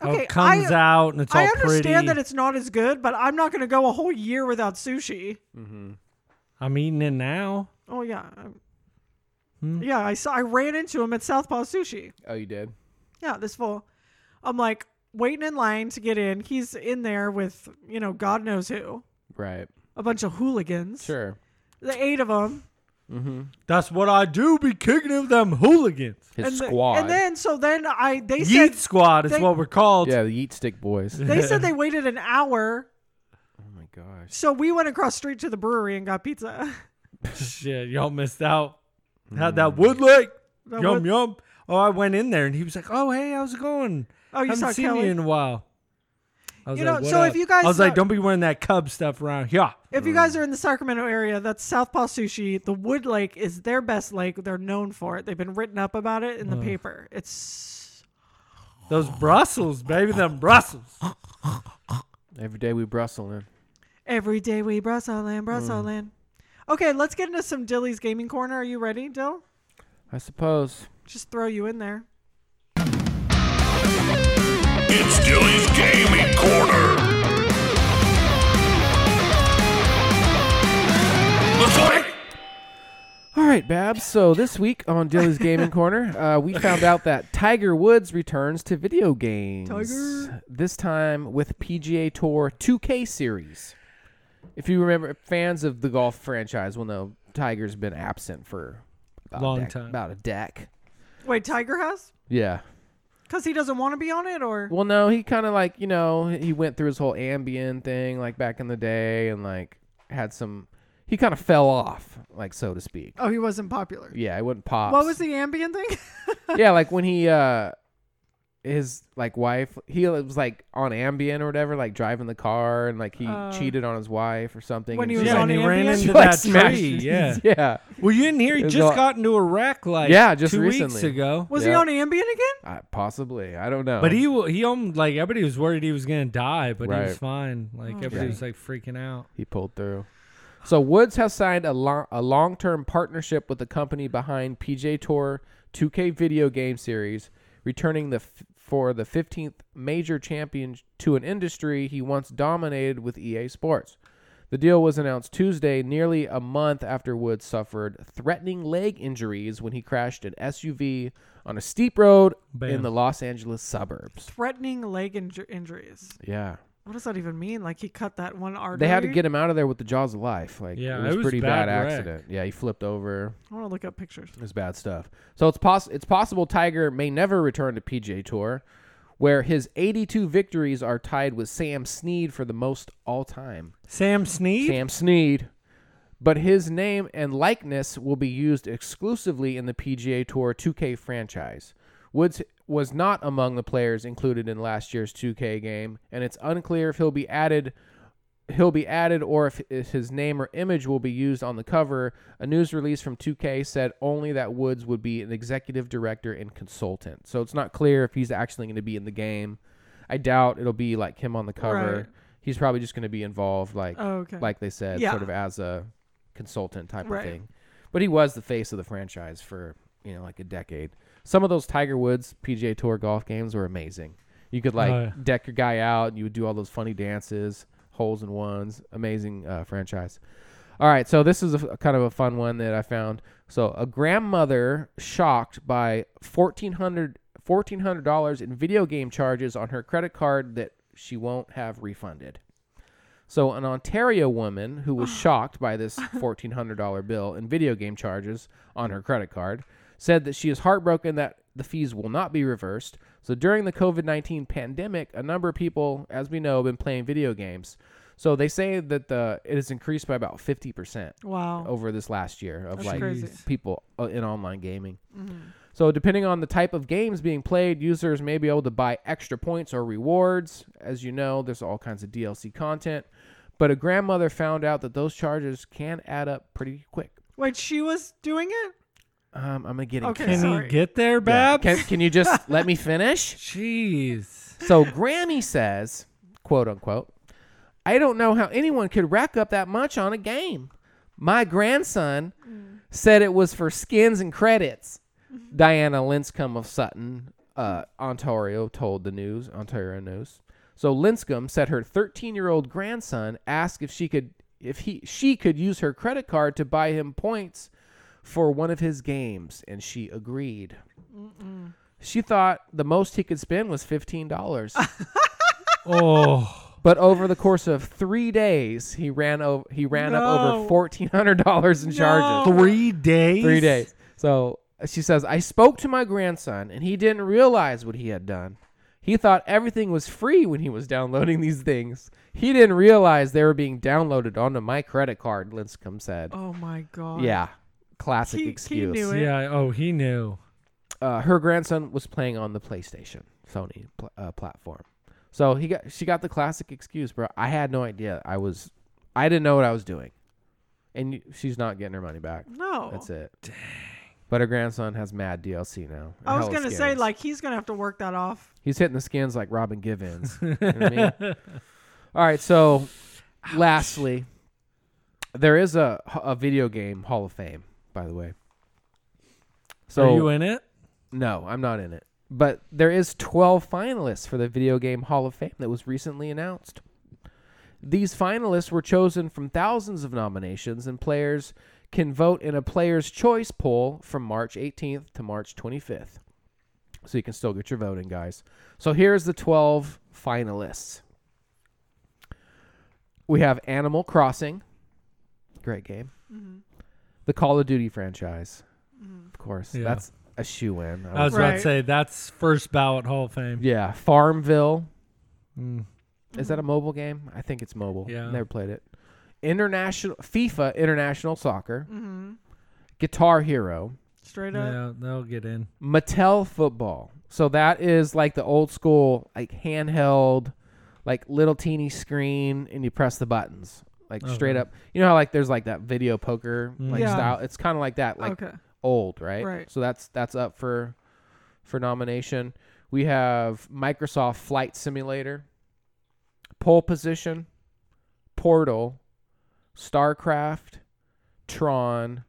Speaker 1: How
Speaker 5: Okay,
Speaker 1: it comes
Speaker 5: I-
Speaker 1: out and it's all
Speaker 5: I understand
Speaker 1: pretty.
Speaker 5: that it's not as good, but I'm not going to go a whole year without sushi.
Speaker 1: I'm eating it now.
Speaker 5: Oh yeah, I'm-
Speaker 1: Hmm.
Speaker 5: yeah. I saw. I ran into him at Southpaw Sushi.
Speaker 4: Oh, you did.
Speaker 5: Yeah, this fool. I'm like waiting in line to get in. He's in there with you know God knows who,
Speaker 4: Right.
Speaker 5: a bunch of hooligans.
Speaker 4: Sure.
Speaker 5: the eight of them.
Speaker 1: That's what I do. Be kicking of them hooligans.
Speaker 4: His
Speaker 5: and the-
Speaker 4: squad.
Speaker 5: and then so then I they
Speaker 1: Yeet
Speaker 5: said
Speaker 1: Squad is
Speaker 5: they-
Speaker 1: what we're called.
Speaker 4: yeah, the Yeet Stick Boys. oh
Speaker 5: they said they waited an hour.
Speaker 4: my gosh.
Speaker 5: So we went across street to the brewery and got pizza.
Speaker 1: Shit, y'all missed out. Had
Speaker 4: Hmm.
Speaker 1: that wood lick.
Speaker 5: That
Speaker 1: yum
Speaker 5: wood-
Speaker 1: yum. Oh, I went in there and he was like, "Oh, hey, how's it going?
Speaker 5: Oh, you
Speaker 1: haven't
Speaker 5: saw
Speaker 1: seen
Speaker 5: Kelly?
Speaker 1: you in a while." I was
Speaker 5: You
Speaker 1: like,
Speaker 5: know,
Speaker 1: "What
Speaker 5: so if
Speaker 1: up?"
Speaker 5: you guys
Speaker 1: I was like,
Speaker 5: know-
Speaker 1: "Don't be wearing that cub stuff around here."
Speaker 5: If
Speaker 4: Hmm.
Speaker 5: you guys are in the Sacramento area, that's Southpaw Sushi. The Wood Lake is their best lake. They're known for it. They've been written up about it in the paper. It's
Speaker 1: Those Brussels, baby, them Brussels.
Speaker 4: Every day we Brussel in.
Speaker 5: every day we Brussels
Speaker 4: Hmm.
Speaker 5: land, Brussels land. Okay, let's get into some Dilly's Gaming Corner. Are you ready, Dill?
Speaker 4: I suppose.
Speaker 5: Just throw you in there.
Speaker 2: It's Dilly's Gaming Corner. Let's wait.
Speaker 4: All right, Babs. So this week on Dilly's Gaming Corner, uh, we found out that Tiger Woods returns to video games.
Speaker 5: Tiger.
Speaker 4: This time with PGA Tour 2K Series. If you remember, fans of the golf franchise will know Tiger's been absent for about a
Speaker 1: Long
Speaker 4: dec-
Speaker 1: time.
Speaker 4: About a deck.
Speaker 5: Wait, Tiger has?
Speaker 4: Yeah.
Speaker 5: Because he doesn't want to be on it, or
Speaker 4: Well, no, he kind of like you know he went through his whole Ambien thing like back in the day and like had some. He kind of fell off, like so to speak.
Speaker 5: oh, he wasn't popular.
Speaker 4: Yeah, it wouldn't pop.
Speaker 5: What was the ambient thing?
Speaker 4: yeah, like when he uh his like wife he was like on Ambien or whatever, like driving the car and like he cheated on his wife or something.
Speaker 5: Oh.
Speaker 4: and
Speaker 5: when he was
Speaker 4: she,
Speaker 1: Yeah, and
Speaker 5: on
Speaker 1: he
Speaker 5: Ambien?
Speaker 1: ran
Speaker 4: she,
Speaker 1: into
Speaker 4: like,
Speaker 1: that
Speaker 4: smashed-
Speaker 1: tree. Yeah.
Speaker 4: yeah.
Speaker 1: Well, you didn't hear he
Speaker 4: It's
Speaker 1: just
Speaker 4: all-
Speaker 1: got into a wreck like
Speaker 4: Yeah, just
Speaker 1: two weeks
Speaker 4: recently.
Speaker 1: ago.
Speaker 5: Was he
Speaker 4: Yeah. Um,
Speaker 5: on Ambien again?
Speaker 4: I, Uh, possibly. I don't know.
Speaker 1: But he wa- he almost like everybody was worried he was gonna die, but he was
Speaker 4: Right.
Speaker 1: fine. Like everybody
Speaker 4: Yeah.
Speaker 1: was like freaking out.
Speaker 4: he pulled through. So Woods has signed a, lo- a long-term partnership with the company behind PJ Tour 2K video game series, returning the f- for the 15th major champion to an industry he once dominated with EA Sports. The deal was announced Tuesday, nearly a month after Woods suffered threatening leg injuries when he crashed an SUV on a steep road in the Los Angeles suburbs.
Speaker 5: Threatening leg inju- injuries.
Speaker 4: Yeah.
Speaker 5: What does that even mean? Like he cut that one artery.
Speaker 4: They had to get him out of there with the jaws of life. Like
Speaker 1: Yeah,
Speaker 4: it was,
Speaker 1: it was
Speaker 4: pretty
Speaker 1: bad
Speaker 4: bad,
Speaker 1: wreck.
Speaker 4: accident. Yeah, he flipped over.
Speaker 5: I want to look up pictures.
Speaker 4: It was bad stuff. So it's poss- it's possible Tiger may never return to PGA Tour, where his 82 victories are tied with Sam Snead for the most all time.
Speaker 1: Sam Snead.
Speaker 4: Sam Snead. But his name and likeness will be used exclusively in the PGA Tour 2K franchise. Woods was not among the players included in last year's 2K game, and it's unclear if he'll be added he'll be added or if if his name or image will be used on the cover. A news release from 2K said only that Woods would be an executive director and consultant. So it's not clear if he's actually going to be in the game. I doubt it'll be like him on the cover.
Speaker 5: Right.
Speaker 4: He's probably just going to be involved like
Speaker 5: Oh, okay.
Speaker 4: like they said
Speaker 5: Yeah.
Speaker 4: sort of as a consultant type
Speaker 5: Right.
Speaker 4: of thing. But he was the face of the franchise for, you know, like a decade. Some of those Tiger Woods PGA Tour golf games were amazing. You could like
Speaker 1: Oh, yeah.
Speaker 4: deck your guy out and you would do all those funny dances, holes and ones. Amazing uh, franchise. All right, so this is a, f- kind of a fun one that I found. So a grandmother shocked by fourteen hundred fourteen hundred dollars in video game charges on her credit card that she won't have refunded. So an Ontario woman who was shocked by this fourteen hundred dollar bill in video game charges on her credit card said that she is heartbroken that the fees will not be reversed. So during the COVID nineteen pandemic, a number of people, as we know, have been playing video games. So they say that the it has increased by about fifty percent
Speaker 5: Wow.
Speaker 4: over this last year of
Speaker 5: Oh. That's
Speaker 4: like
Speaker 5: crazy. Mm-hmm.
Speaker 4: people uh, in online gaming. So depending on the type of games being played, users may be able to buy extra points or rewards. As you know, there's all kinds of DLC content. But a grandmother found out that those charges can add up pretty quick.
Speaker 5: Wait, she was doing it?
Speaker 4: Um, I'm gonna get
Speaker 5: Okay.
Speaker 1: Can
Speaker 5: Sorry.
Speaker 1: he get there, Babs?
Speaker 4: Can, can you just let me finish?
Speaker 1: Jeez.
Speaker 4: So Grammy says, quote unquote, I don't know how anyone could rack up that much on a game. My grandson said it was for skins and credits. Diana Linscomb of Sutton, uh, Ontario, told the news, Ontario News. So Linscomb said her 13-year-old grandson asked if she could if he she could use her credit card to buy him points for one of his games, and she agreed. She thought the most he could spend was fifteen dollars.
Speaker 1: Oh,
Speaker 4: But over the course of three days, he ran over he ran up
Speaker 1: No.
Speaker 4: over fourteen hundred dollars in charges.
Speaker 1: three days.
Speaker 4: Three days. So she says, I spoke to my grandson, and he didn't realize what he had done. He thought everything was free when he was downloading these things. He didn't realize they were being downloaded onto my credit card. Linscomb said,
Speaker 5: Oh my god.
Speaker 4: "Yeah, classic
Speaker 5: He- he
Speaker 4: excuse."
Speaker 5: knew it.
Speaker 1: Yeah. Oh, he knew.
Speaker 4: uh, her grandson was playing on the PlayStation Sony pl- uh, platform. So he got she got the classic excuse, bro. I had no idea. I was I didn't know what I was doing, and you- she's not getting her money back.
Speaker 5: No.
Speaker 4: That's it. Dang. But her grandson has mad DLC now.
Speaker 5: I was
Speaker 4: Hella
Speaker 5: gonna say
Speaker 4: skins.
Speaker 5: like he's gonna have to work that off.
Speaker 4: he's hitting the skins like Robin Givens. you know what I mean? All right. So, lastly, there is a a video game Hall of Fame, by the way. So
Speaker 1: Are you in it?
Speaker 4: no, I'm not in it. But there is 12 finalists for the Video Game Hall of Fame that was recently announced. These finalists were chosen from thousands of nominations, and players can vote in a player's choice poll from March 18th to March 25th. So you can still get your voting, guys. So here's the 12 finalists we have Animal Crossing, great game, the Call of Duty franchise, of course.
Speaker 1: Yeah.
Speaker 4: That's a shoe in.
Speaker 1: I was about to
Speaker 5: Right.
Speaker 1: say that's first ballot Hall of Fame. Mm,
Speaker 4: Yeah, Farmville. Is that a mobile game? I think it's mobile.
Speaker 1: Yeah.
Speaker 4: Never played it. International FIFA International Soccer. Guitar Hero.
Speaker 5: Straight up.
Speaker 1: Yeah, they'll get in.
Speaker 4: Mattel Football. So that is like the old school like handheld like little teeny screen and you press the buttons. Like straight
Speaker 1: Okay. Mm-hmm.
Speaker 4: up. You know how like there's like that video poker like
Speaker 5: Yeah.
Speaker 4: style. It's kind of like that like
Speaker 5: okay.
Speaker 4: old, right?
Speaker 5: Right.
Speaker 4: So that's that's up for for nomination. We have Microsoft Flight Simulator, Pole Position, Portal, StarCraft, Tron,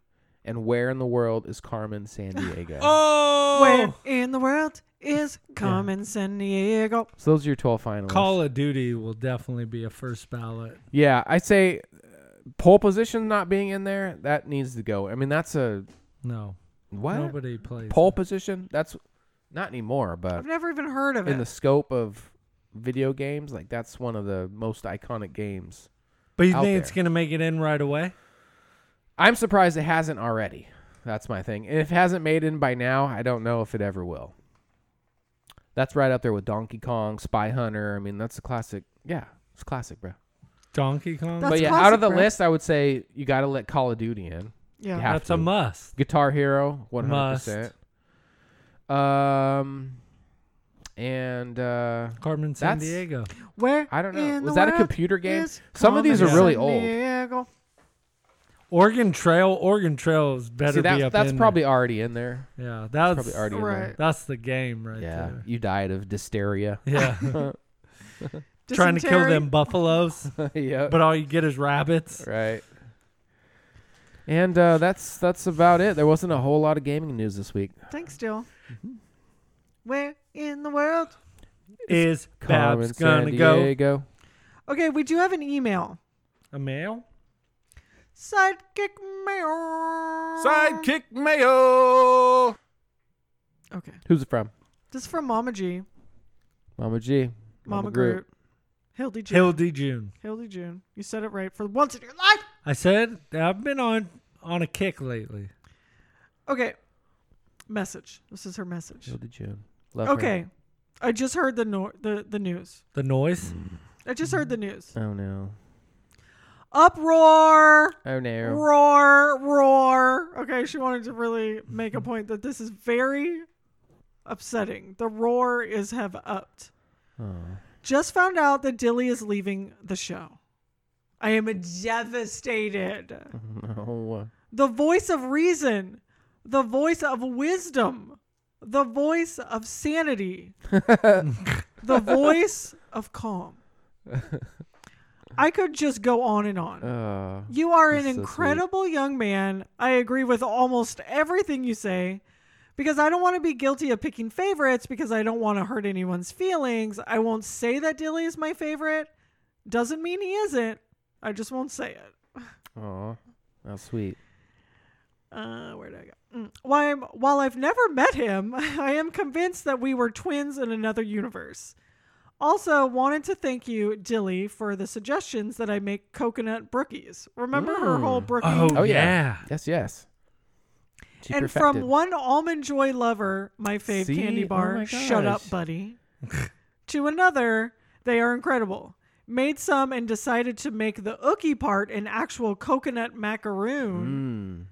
Speaker 4: and where in the world is Carmen San Diego?
Speaker 1: Oh,
Speaker 5: Where in the world is Carmen San Diego?
Speaker 4: So those are your 12 finalists.
Speaker 1: Call of Duty will definitely be a first ballot.
Speaker 4: Yeah, I'd say uh, pole position not being in there, that needs to go. I mean, that's a
Speaker 1: No,
Speaker 4: what?
Speaker 1: nobody plays.
Speaker 4: pole position? That's not anymore, but
Speaker 5: I've never even heard of
Speaker 4: in the
Speaker 5: it.
Speaker 4: scope of video games, like that's one of the most iconic games.
Speaker 1: but you
Speaker 4: out
Speaker 1: think it's
Speaker 4: there.
Speaker 1: gonna make it in right away?
Speaker 4: I'm surprised it hasn't already. That's my thing. And if it hasn't made in by now, I don't know if it ever will. That's right up there with Donkey Kong, Spy Hunter. I mean, that's a classic. Yeah, it's classic, bro.
Speaker 1: Donkey Kong.
Speaker 5: That's
Speaker 4: but yeah, out of
Speaker 5: classic,
Speaker 4: the
Speaker 5: bro.
Speaker 4: list, I would say you got to let Call of Duty in.
Speaker 5: Yeah.
Speaker 4: Yeah. have
Speaker 1: That's a
Speaker 4: to.
Speaker 1: must.
Speaker 4: Guitar Hero, one hundred
Speaker 1: Must.
Speaker 4: percent. Um, and uh,
Speaker 1: Carmen San
Speaker 4: That's-
Speaker 1: Diego.
Speaker 5: Where?
Speaker 4: I don't know.
Speaker 5: in
Speaker 4: Was
Speaker 5: the
Speaker 4: that a
Speaker 5: world
Speaker 4: computer game?
Speaker 5: is
Speaker 4: Some of these are
Speaker 5: Carmen
Speaker 4: really
Speaker 5: San
Speaker 4: old.
Speaker 5: Diego?
Speaker 1: Oregon Trail. Oregon Trail is better
Speaker 4: see
Speaker 1: be
Speaker 4: that's
Speaker 1: up
Speaker 4: that's
Speaker 1: in
Speaker 4: probably already in there.
Speaker 1: there. yeah. That's
Speaker 4: Probably already in there.
Speaker 5: Right.
Speaker 1: That's the game right
Speaker 4: Yeah, you died of dysteria.
Speaker 1: there. Yeah, trying to kill
Speaker 5: Dysentery?
Speaker 1: them buffaloes,
Speaker 4: yeah,
Speaker 1: but all you get is rabbits.
Speaker 4: right. And uh, that's that's about it. There wasn't a whole lot of gaming news this week.
Speaker 5: Thanks, Dill.
Speaker 4: Mm-hmm.
Speaker 5: Where in the world?
Speaker 1: Is
Speaker 4: Carmen
Speaker 1: Babs
Speaker 4: San
Speaker 1: gonna go
Speaker 4: Diego.
Speaker 5: Okay, we do have an email.
Speaker 1: a male?
Speaker 5: Sidekick mail.
Speaker 3: Sidekick Mayo.
Speaker 5: Okay.
Speaker 4: Who's it from?
Speaker 5: This is from Mama G.
Speaker 4: Mama G.
Speaker 5: Mama, Groot. Hildy June.
Speaker 1: Hildy June.
Speaker 5: Hildy June. You said it right for once in your life.
Speaker 1: I said I've been on on a kick lately.
Speaker 5: Okay. Message. This is her message.
Speaker 4: Hildy June. Love her.
Speaker 5: Okay. I just heard the no- the the news.
Speaker 1: The noise.
Speaker 4: Mm.
Speaker 5: I just heard the news.
Speaker 4: Oh no.
Speaker 5: Uproar.
Speaker 4: Oh no.
Speaker 5: Roar, roar. Okay, she wanted to really make a point that this is very upsetting. The roar is have upped. Just found out that Dilly is leaving the show. I am devastated.
Speaker 4: No.
Speaker 5: The voice of reason, the voice of wisdom, the voice of sanity, the voice of calm. I could just go on and on.
Speaker 4: Uh,
Speaker 5: You are an
Speaker 4: so sweet.
Speaker 5: incredible young man. I agree with almost everything you say because I don't want to be guilty of picking favorites because I don't want to hurt anyone's feelings. I won't say that Dilly is my favorite. Doesn't mean he isn't. I just won't say it.
Speaker 4: aw, how sweet.
Speaker 5: Uh, where did I go? Mm. Why I'm, while I've never met him, I am convinced that we were twins in another universe. Also, wanted to thank you, Dilly, for the suggestions that I make coconut brookies. Remember her whole brookie?
Speaker 1: Oh,
Speaker 4: Oh
Speaker 1: yeah.
Speaker 4: yeah. Yes, yes. She
Speaker 5: and
Speaker 4: perfected.
Speaker 5: from one almond joy lover, my fave
Speaker 4: See?
Speaker 5: candy
Speaker 4: Oh
Speaker 5: bar,
Speaker 4: my
Speaker 5: shut up,
Speaker 4: gosh.
Speaker 5: buddy, to another, they are incredible. Made some and decided to make the ookie part an actual coconut macaroon.
Speaker 4: Mm.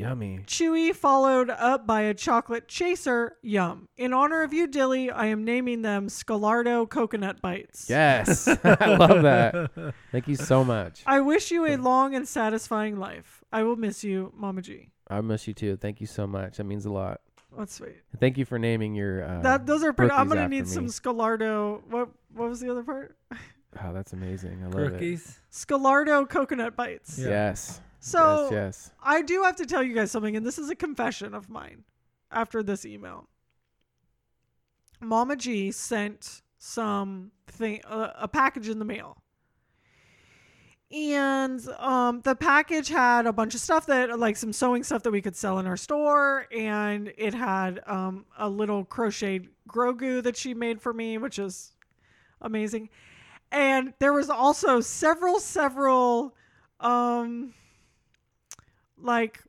Speaker 4: Yummy.
Speaker 5: Chewy, followed up by a chocolate chaser. Yum. In honor of you, Dilly, I am naming them Scalardo Coconut Bites.
Speaker 4: Yes. I love that. Thank you so much.
Speaker 5: I wish you a long and satisfying life. I will miss you, Mama G. Oh,
Speaker 4: I miss you too. Thank you so much. That means a lot.
Speaker 5: That's sweet.
Speaker 4: And Thank you for naming your. Uh,
Speaker 5: That those are pretty. I'm
Speaker 4: brookies
Speaker 5: gonna
Speaker 4: after
Speaker 5: need some
Speaker 4: me.
Speaker 5: Scalardo. What what was the other part?
Speaker 4: Oh, that's amazing. I love it.
Speaker 1: Rookies.
Speaker 5: Scalardo coconut bites.
Speaker 1: Yeah.
Speaker 4: Yes.
Speaker 5: So
Speaker 4: yes. Yes.
Speaker 5: I do have to tell you guys something, and this is a confession of mine after this email. Mama G sent some thing uh, a package in the mail. And um, the package had a bunch of stuff that, like some sewing stuff that we could sell in our store. And it had um, a little crocheted Grogu that she made for me, which is amazing. And there was also several, several um, like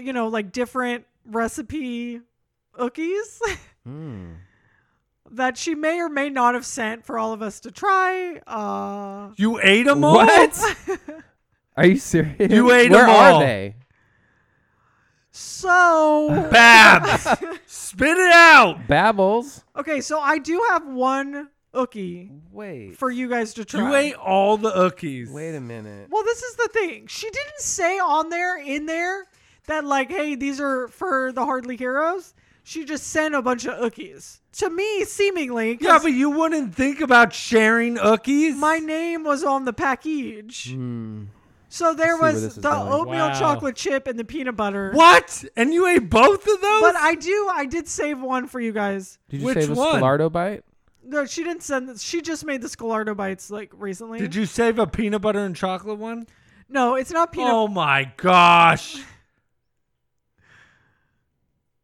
Speaker 5: you know like different recipe cookies
Speaker 4: Mm.
Speaker 5: that she may or may not have sent for all of us to try uh
Speaker 1: You ate them all.
Speaker 4: What? Are you serious?
Speaker 1: You ate
Speaker 4: Where
Speaker 1: 'em
Speaker 4: are
Speaker 1: all.
Speaker 4: they?
Speaker 5: so
Speaker 1: Babs, spit it out.
Speaker 4: Babbles.
Speaker 5: okay so i do have one ookie
Speaker 4: Wait.
Speaker 5: for you guys to try
Speaker 1: You ate all the ookies.
Speaker 4: Wait a minute.
Speaker 5: well this is the thing she didn't say on there in there that like hey these are for the hardly heroes she just sent a bunch of ookies to me seemingly 'cause
Speaker 1: Yeah, but you wouldn't think about sharing ookies.
Speaker 5: my name was on the package
Speaker 4: Mm.
Speaker 5: So there
Speaker 4: see where
Speaker 5: was
Speaker 4: this is
Speaker 5: the
Speaker 4: going.
Speaker 5: oatmeal
Speaker 1: Wow.
Speaker 5: chocolate chip and the peanut butter.
Speaker 1: What? And you ate both of those?
Speaker 5: But I do. I did save one for you guys.
Speaker 4: Did you
Speaker 1: Which
Speaker 4: save a
Speaker 1: one?
Speaker 4: Scalardo bite?
Speaker 5: No, she didn't send this. She just made the Scolardo bites like recently.
Speaker 1: Did you save a peanut butter and chocolate one?
Speaker 5: No, it's not peanut.
Speaker 1: Oh my gosh.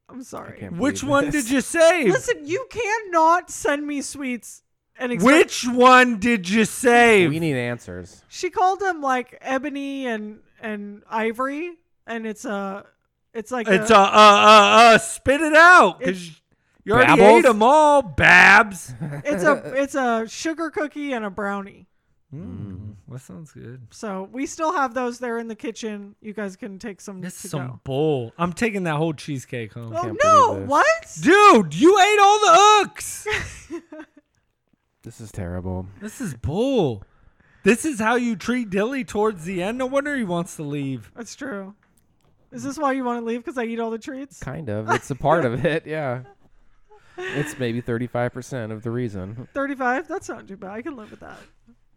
Speaker 5: I'm sorry.
Speaker 4: Can't
Speaker 1: Which
Speaker 4: believe
Speaker 1: one
Speaker 4: this.
Speaker 1: did you save?
Speaker 5: Listen, you cannot send me sweets and expect-
Speaker 1: Which one did you save?
Speaker 4: We need answers.
Speaker 5: she called them like ebony and and ivory, and it's a, it's like
Speaker 1: It's a uh uh uh. Spit it out, cause you already
Speaker 4: Babbles?
Speaker 1: ate them all, Babs.
Speaker 5: it's a it's a sugar cookie and a brownie. Hmm,
Speaker 1: That sounds good.
Speaker 5: So we still have those there in the kitchen. You guys can take some
Speaker 1: This
Speaker 5: to
Speaker 1: is some
Speaker 5: go.
Speaker 1: bull. I'm taking that whole cheesecake home.
Speaker 5: Oh
Speaker 4: Can't
Speaker 5: no!
Speaker 4: believe this.
Speaker 5: What?
Speaker 1: Dude, you ate all the ooks.
Speaker 4: This is terrible.
Speaker 1: this is bull. This is how you treat Dilly towards the end. No wonder he wants to leave.
Speaker 5: That's true. Is this why you want to leave? Because I eat all the treats.
Speaker 4: Kind of. It's a part of it. Yeah. It's maybe 35% of the reason.
Speaker 5: 35 that's not too bad i can live with that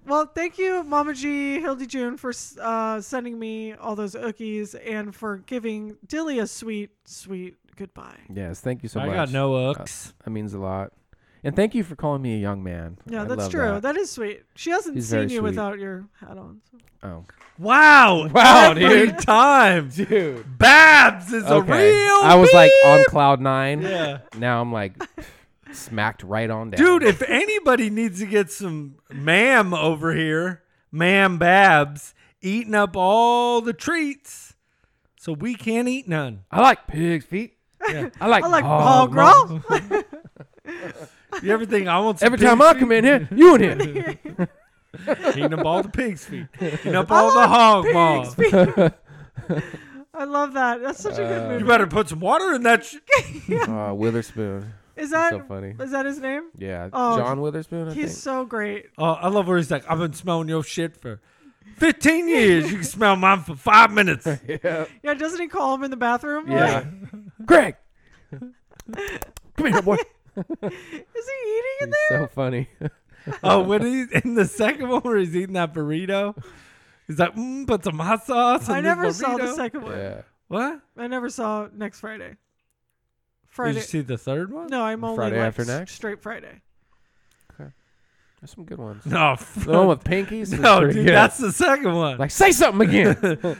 Speaker 5: well thank you mama g hildy june for uh, sending me all those ookies and for giving dilly a sweet sweet goodbye
Speaker 4: Yes. Thank you so
Speaker 1: I
Speaker 4: much.
Speaker 1: got no ooks.
Speaker 4: That means a lot. And thank you for calling me a young man.
Speaker 5: yeah
Speaker 4: I
Speaker 5: that's
Speaker 4: love
Speaker 5: true
Speaker 4: that.
Speaker 5: that is sweet she hasn't
Speaker 4: He's
Speaker 5: seen
Speaker 4: very
Speaker 5: you
Speaker 4: sweet.
Speaker 5: without your hat on so.
Speaker 4: Oh.
Speaker 1: Wow.
Speaker 4: Wow,
Speaker 1: every
Speaker 4: dude.
Speaker 1: time.
Speaker 4: Dude.
Speaker 1: Babs is a
Speaker 4: Okay.
Speaker 1: real
Speaker 4: I was like on
Speaker 1: beep.
Speaker 4: cloud nine.
Speaker 1: Yeah.
Speaker 4: Now I'm like smacked right on down.
Speaker 1: Dude, if anybody needs to get some ma'am over here, ma'am Babs, eating up all the treats so we can't eat none.
Speaker 4: I like pig's feet.
Speaker 1: Yeah.
Speaker 4: I like,
Speaker 5: i like oh
Speaker 4: hog maw.
Speaker 5: girl
Speaker 1: You ever think I want some
Speaker 4: Every
Speaker 1: pig's
Speaker 4: time I
Speaker 1: feet?
Speaker 4: come in here, you in here.
Speaker 1: eating up all the pig's feet, eating up
Speaker 5: I
Speaker 1: all the
Speaker 5: love
Speaker 1: hog
Speaker 5: pig's
Speaker 1: maw.
Speaker 5: feet. i love that that's such a good
Speaker 4: Uh,
Speaker 1: You
Speaker 5: movie
Speaker 1: better put some water in that. Sh-
Speaker 4: Oh, Witherspoon.
Speaker 5: is that
Speaker 4: so funny.
Speaker 5: is that his name
Speaker 4: Yeah.
Speaker 5: Oh,
Speaker 4: John Witherspoon, I think.
Speaker 5: he's so great
Speaker 1: oh, I love where he's like, I've been smelling your shit for 15 years. You can smell mine for five minutes.
Speaker 5: yeah doesn't he call him in the bathroom
Speaker 4: Yeah.
Speaker 5: Like,
Speaker 4: Greg. Come here, boy.
Speaker 5: is he eating in
Speaker 4: He's so funny.
Speaker 1: Oh, when he's in the second one where he's eating that burrito, he's like, mm, put some hot sauce.
Speaker 5: I
Speaker 1: in this
Speaker 5: never saw the
Speaker 1: burrito."
Speaker 5: second one.
Speaker 4: yeah.
Speaker 1: What?
Speaker 5: I never saw next Friday.
Speaker 1: Did
Speaker 5: Friday.
Speaker 1: you see the third one?
Speaker 5: no, I'm only
Speaker 4: Friday
Speaker 5: like
Speaker 4: after
Speaker 5: s-
Speaker 4: next?
Speaker 5: straight Friday.
Speaker 4: There's some good ones.
Speaker 1: No, f-
Speaker 4: The one with pinkies. is
Speaker 1: no,
Speaker 4: pretty
Speaker 1: dude,
Speaker 4: good.
Speaker 1: that's the second one.
Speaker 4: like say something again.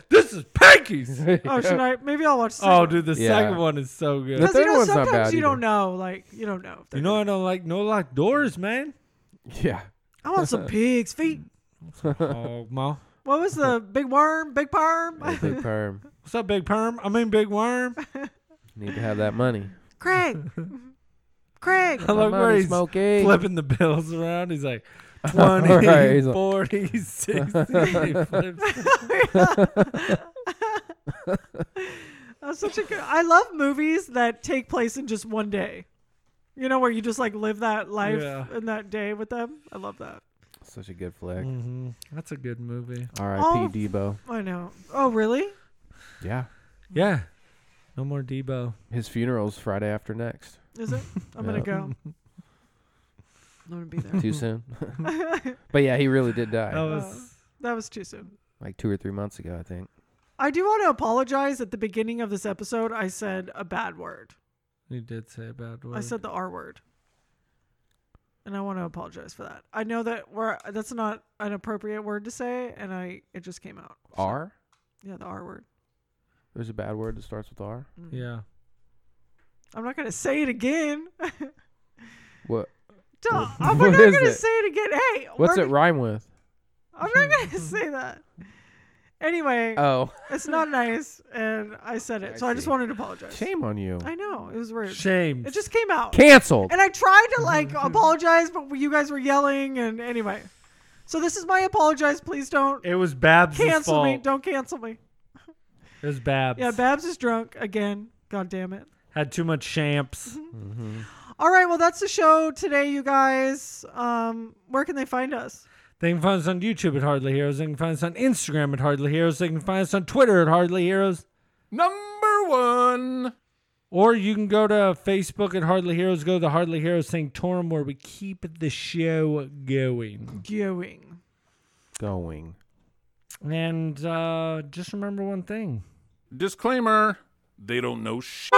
Speaker 1: this is Pinkies.
Speaker 5: Oh, should I? Maybe I'll watch. the
Speaker 1: oh,
Speaker 5: second
Speaker 1: dude, the
Speaker 4: Yeah.
Speaker 1: second one is so good.
Speaker 4: The
Speaker 5: one. 'Cause, you
Speaker 4: third
Speaker 5: know,
Speaker 4: one's not
Speaker 5: sometimes
Speaker 4: bad
Speaker 5: you don't
Speaker 4: either.
Speaker 5: know. Like you don't know. If they're
Speaker 1: You know
Speaker 5: good.
Speaker 1: I don't like no locked doors, man.
Speaker 4: yeah.
Speaker 5: I want some pigs feet.
Speaker 1: oh, ma.
Speaker 5: What was the big worm? Big
Speaker 4: I
Speaker 5: parm.
Speaker 4: think perm.
Speaker 1: What's up, Big Perm? I mean, Big Worm.
Speaker 4: Need to have that money.
Speaker 5: Craig. Craig.
Speaker 1: I like
Speaker 4: money,
Speaker 1: where he's
Speaker 4: Smokey.
Speaker 1: flipping the bills around. He's like 20,
Speaker 4: Right, he's like-
Speaker 1: 40, 60. He flips.
Speaker 5: That's such a good. I love movies that take place in just one day. You know where you just like live that life
Speaker 1: Yeah.
Speaker 5: in that day with them. I love that.
Speaker 4: Such a good flick.
Speaker 3: Mm.
Speaker 1: Mhm. That's a good movie.
Speaker 4: R.I.P.
Speaker 5: Oh.
Speaker 4: Debo.
Speaker 5: I know. Oh, really?
Speaker 4: Yeah.
Speaker 1: Yeah. No more Debo.
Speaker 4: His funeral's Friday after next.
Speaker 5: Is it? I'm
Speaker 4: Yeah.
Speaker 5: gonna go. I'm gonna be there.
Speaker 4: Too soon. but yeah, he really did die.
Speaker 5: Oh.
Speaker 1: That was.
Speaker 5: That was too soon.
Speaker 4: Like two or three months ago, I think.
Speaker 5: I do want to apologize. At the beginning of this episode, I said a bad word.
Speaker 1: You did say a bad word.
Speaker 5: Oh. I said the R word, and I want to apologize for that. I know that we're that's not an appropriate word to say, and I it just came out.
Speaker 4: R?
Speaker 5: Yeah, the R word.
Speaker 4: There's a bad word that starts with R.
Speaker 1: Yeah.
Speaker 5: I'm not gonna say it again.
Speaker 4: What?
Speaker 5: Duh,
Speaker 4: What-
Speaker 5: I'm
Speaker 4: what
Speaker 5: not
Speaker 4: is
Speaker 5: gonna
Speaker 4: it?
Speaker 5: say it again. Hey,
Speaker 4: What's
Speaker 5: we're-
Speaker 4: it rhyme with?
Speaker 5: I'm not gonna say that. Anyway,
Speaker 4: Oh.
Speaker 5: it's not nice, and I said it, so I just
Speaker 4: see.
Speaker 5: wanted to apologize.
Speaker 4: Shame on you.
Speaker 5: I know it was rude.
Speaker 1: Shame.
Speaker 5: It just came out,
Speaker 4: Canceled.
Speaker 5: and I tried to like apologize, but you guys were yelling, and anyway, so this is my apologize. Please don't
Speaker 1: It was Babs'
Speaker 5: cancel
Speaker 1: fault.
Speaker 5: me. Don't cancel me.
Speaker 1: It was Babs.
Speaker 5: Yeah, Babs is drunk again. God damn it.
Speaker 1: Had too much champs.
Speaker 5: All right, well that's the show today, you guys. Um, where can they find us?
Speaker 1: They can find us on YouTube at Hardly Heroes. They can find us on Instagram at Hardly Heroes. They can find us on Twitter at Hardly Heroes.
Speaker 3: Number one.
Speaker 1: Or you can go to Facebook at Hardly Heroes. Go to the Hardly Heroes Sanctorum where we keep the show going.
Speaker 5: Going.
Speaker 4: Going.
Speaker 1: And uh, just remember one thing.
Speaker 3: Disclaimer: They don't know sh.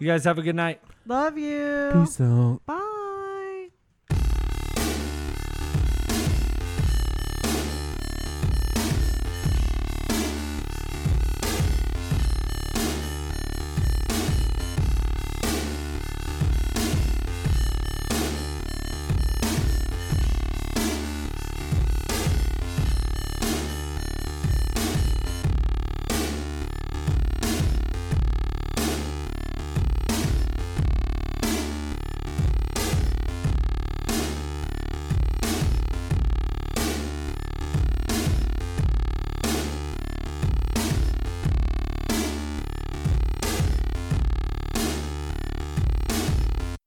Speaker 1: You guys have a good night.
Speaker 5: Love you.
Speaker 4: So
Speaker 5: Bye.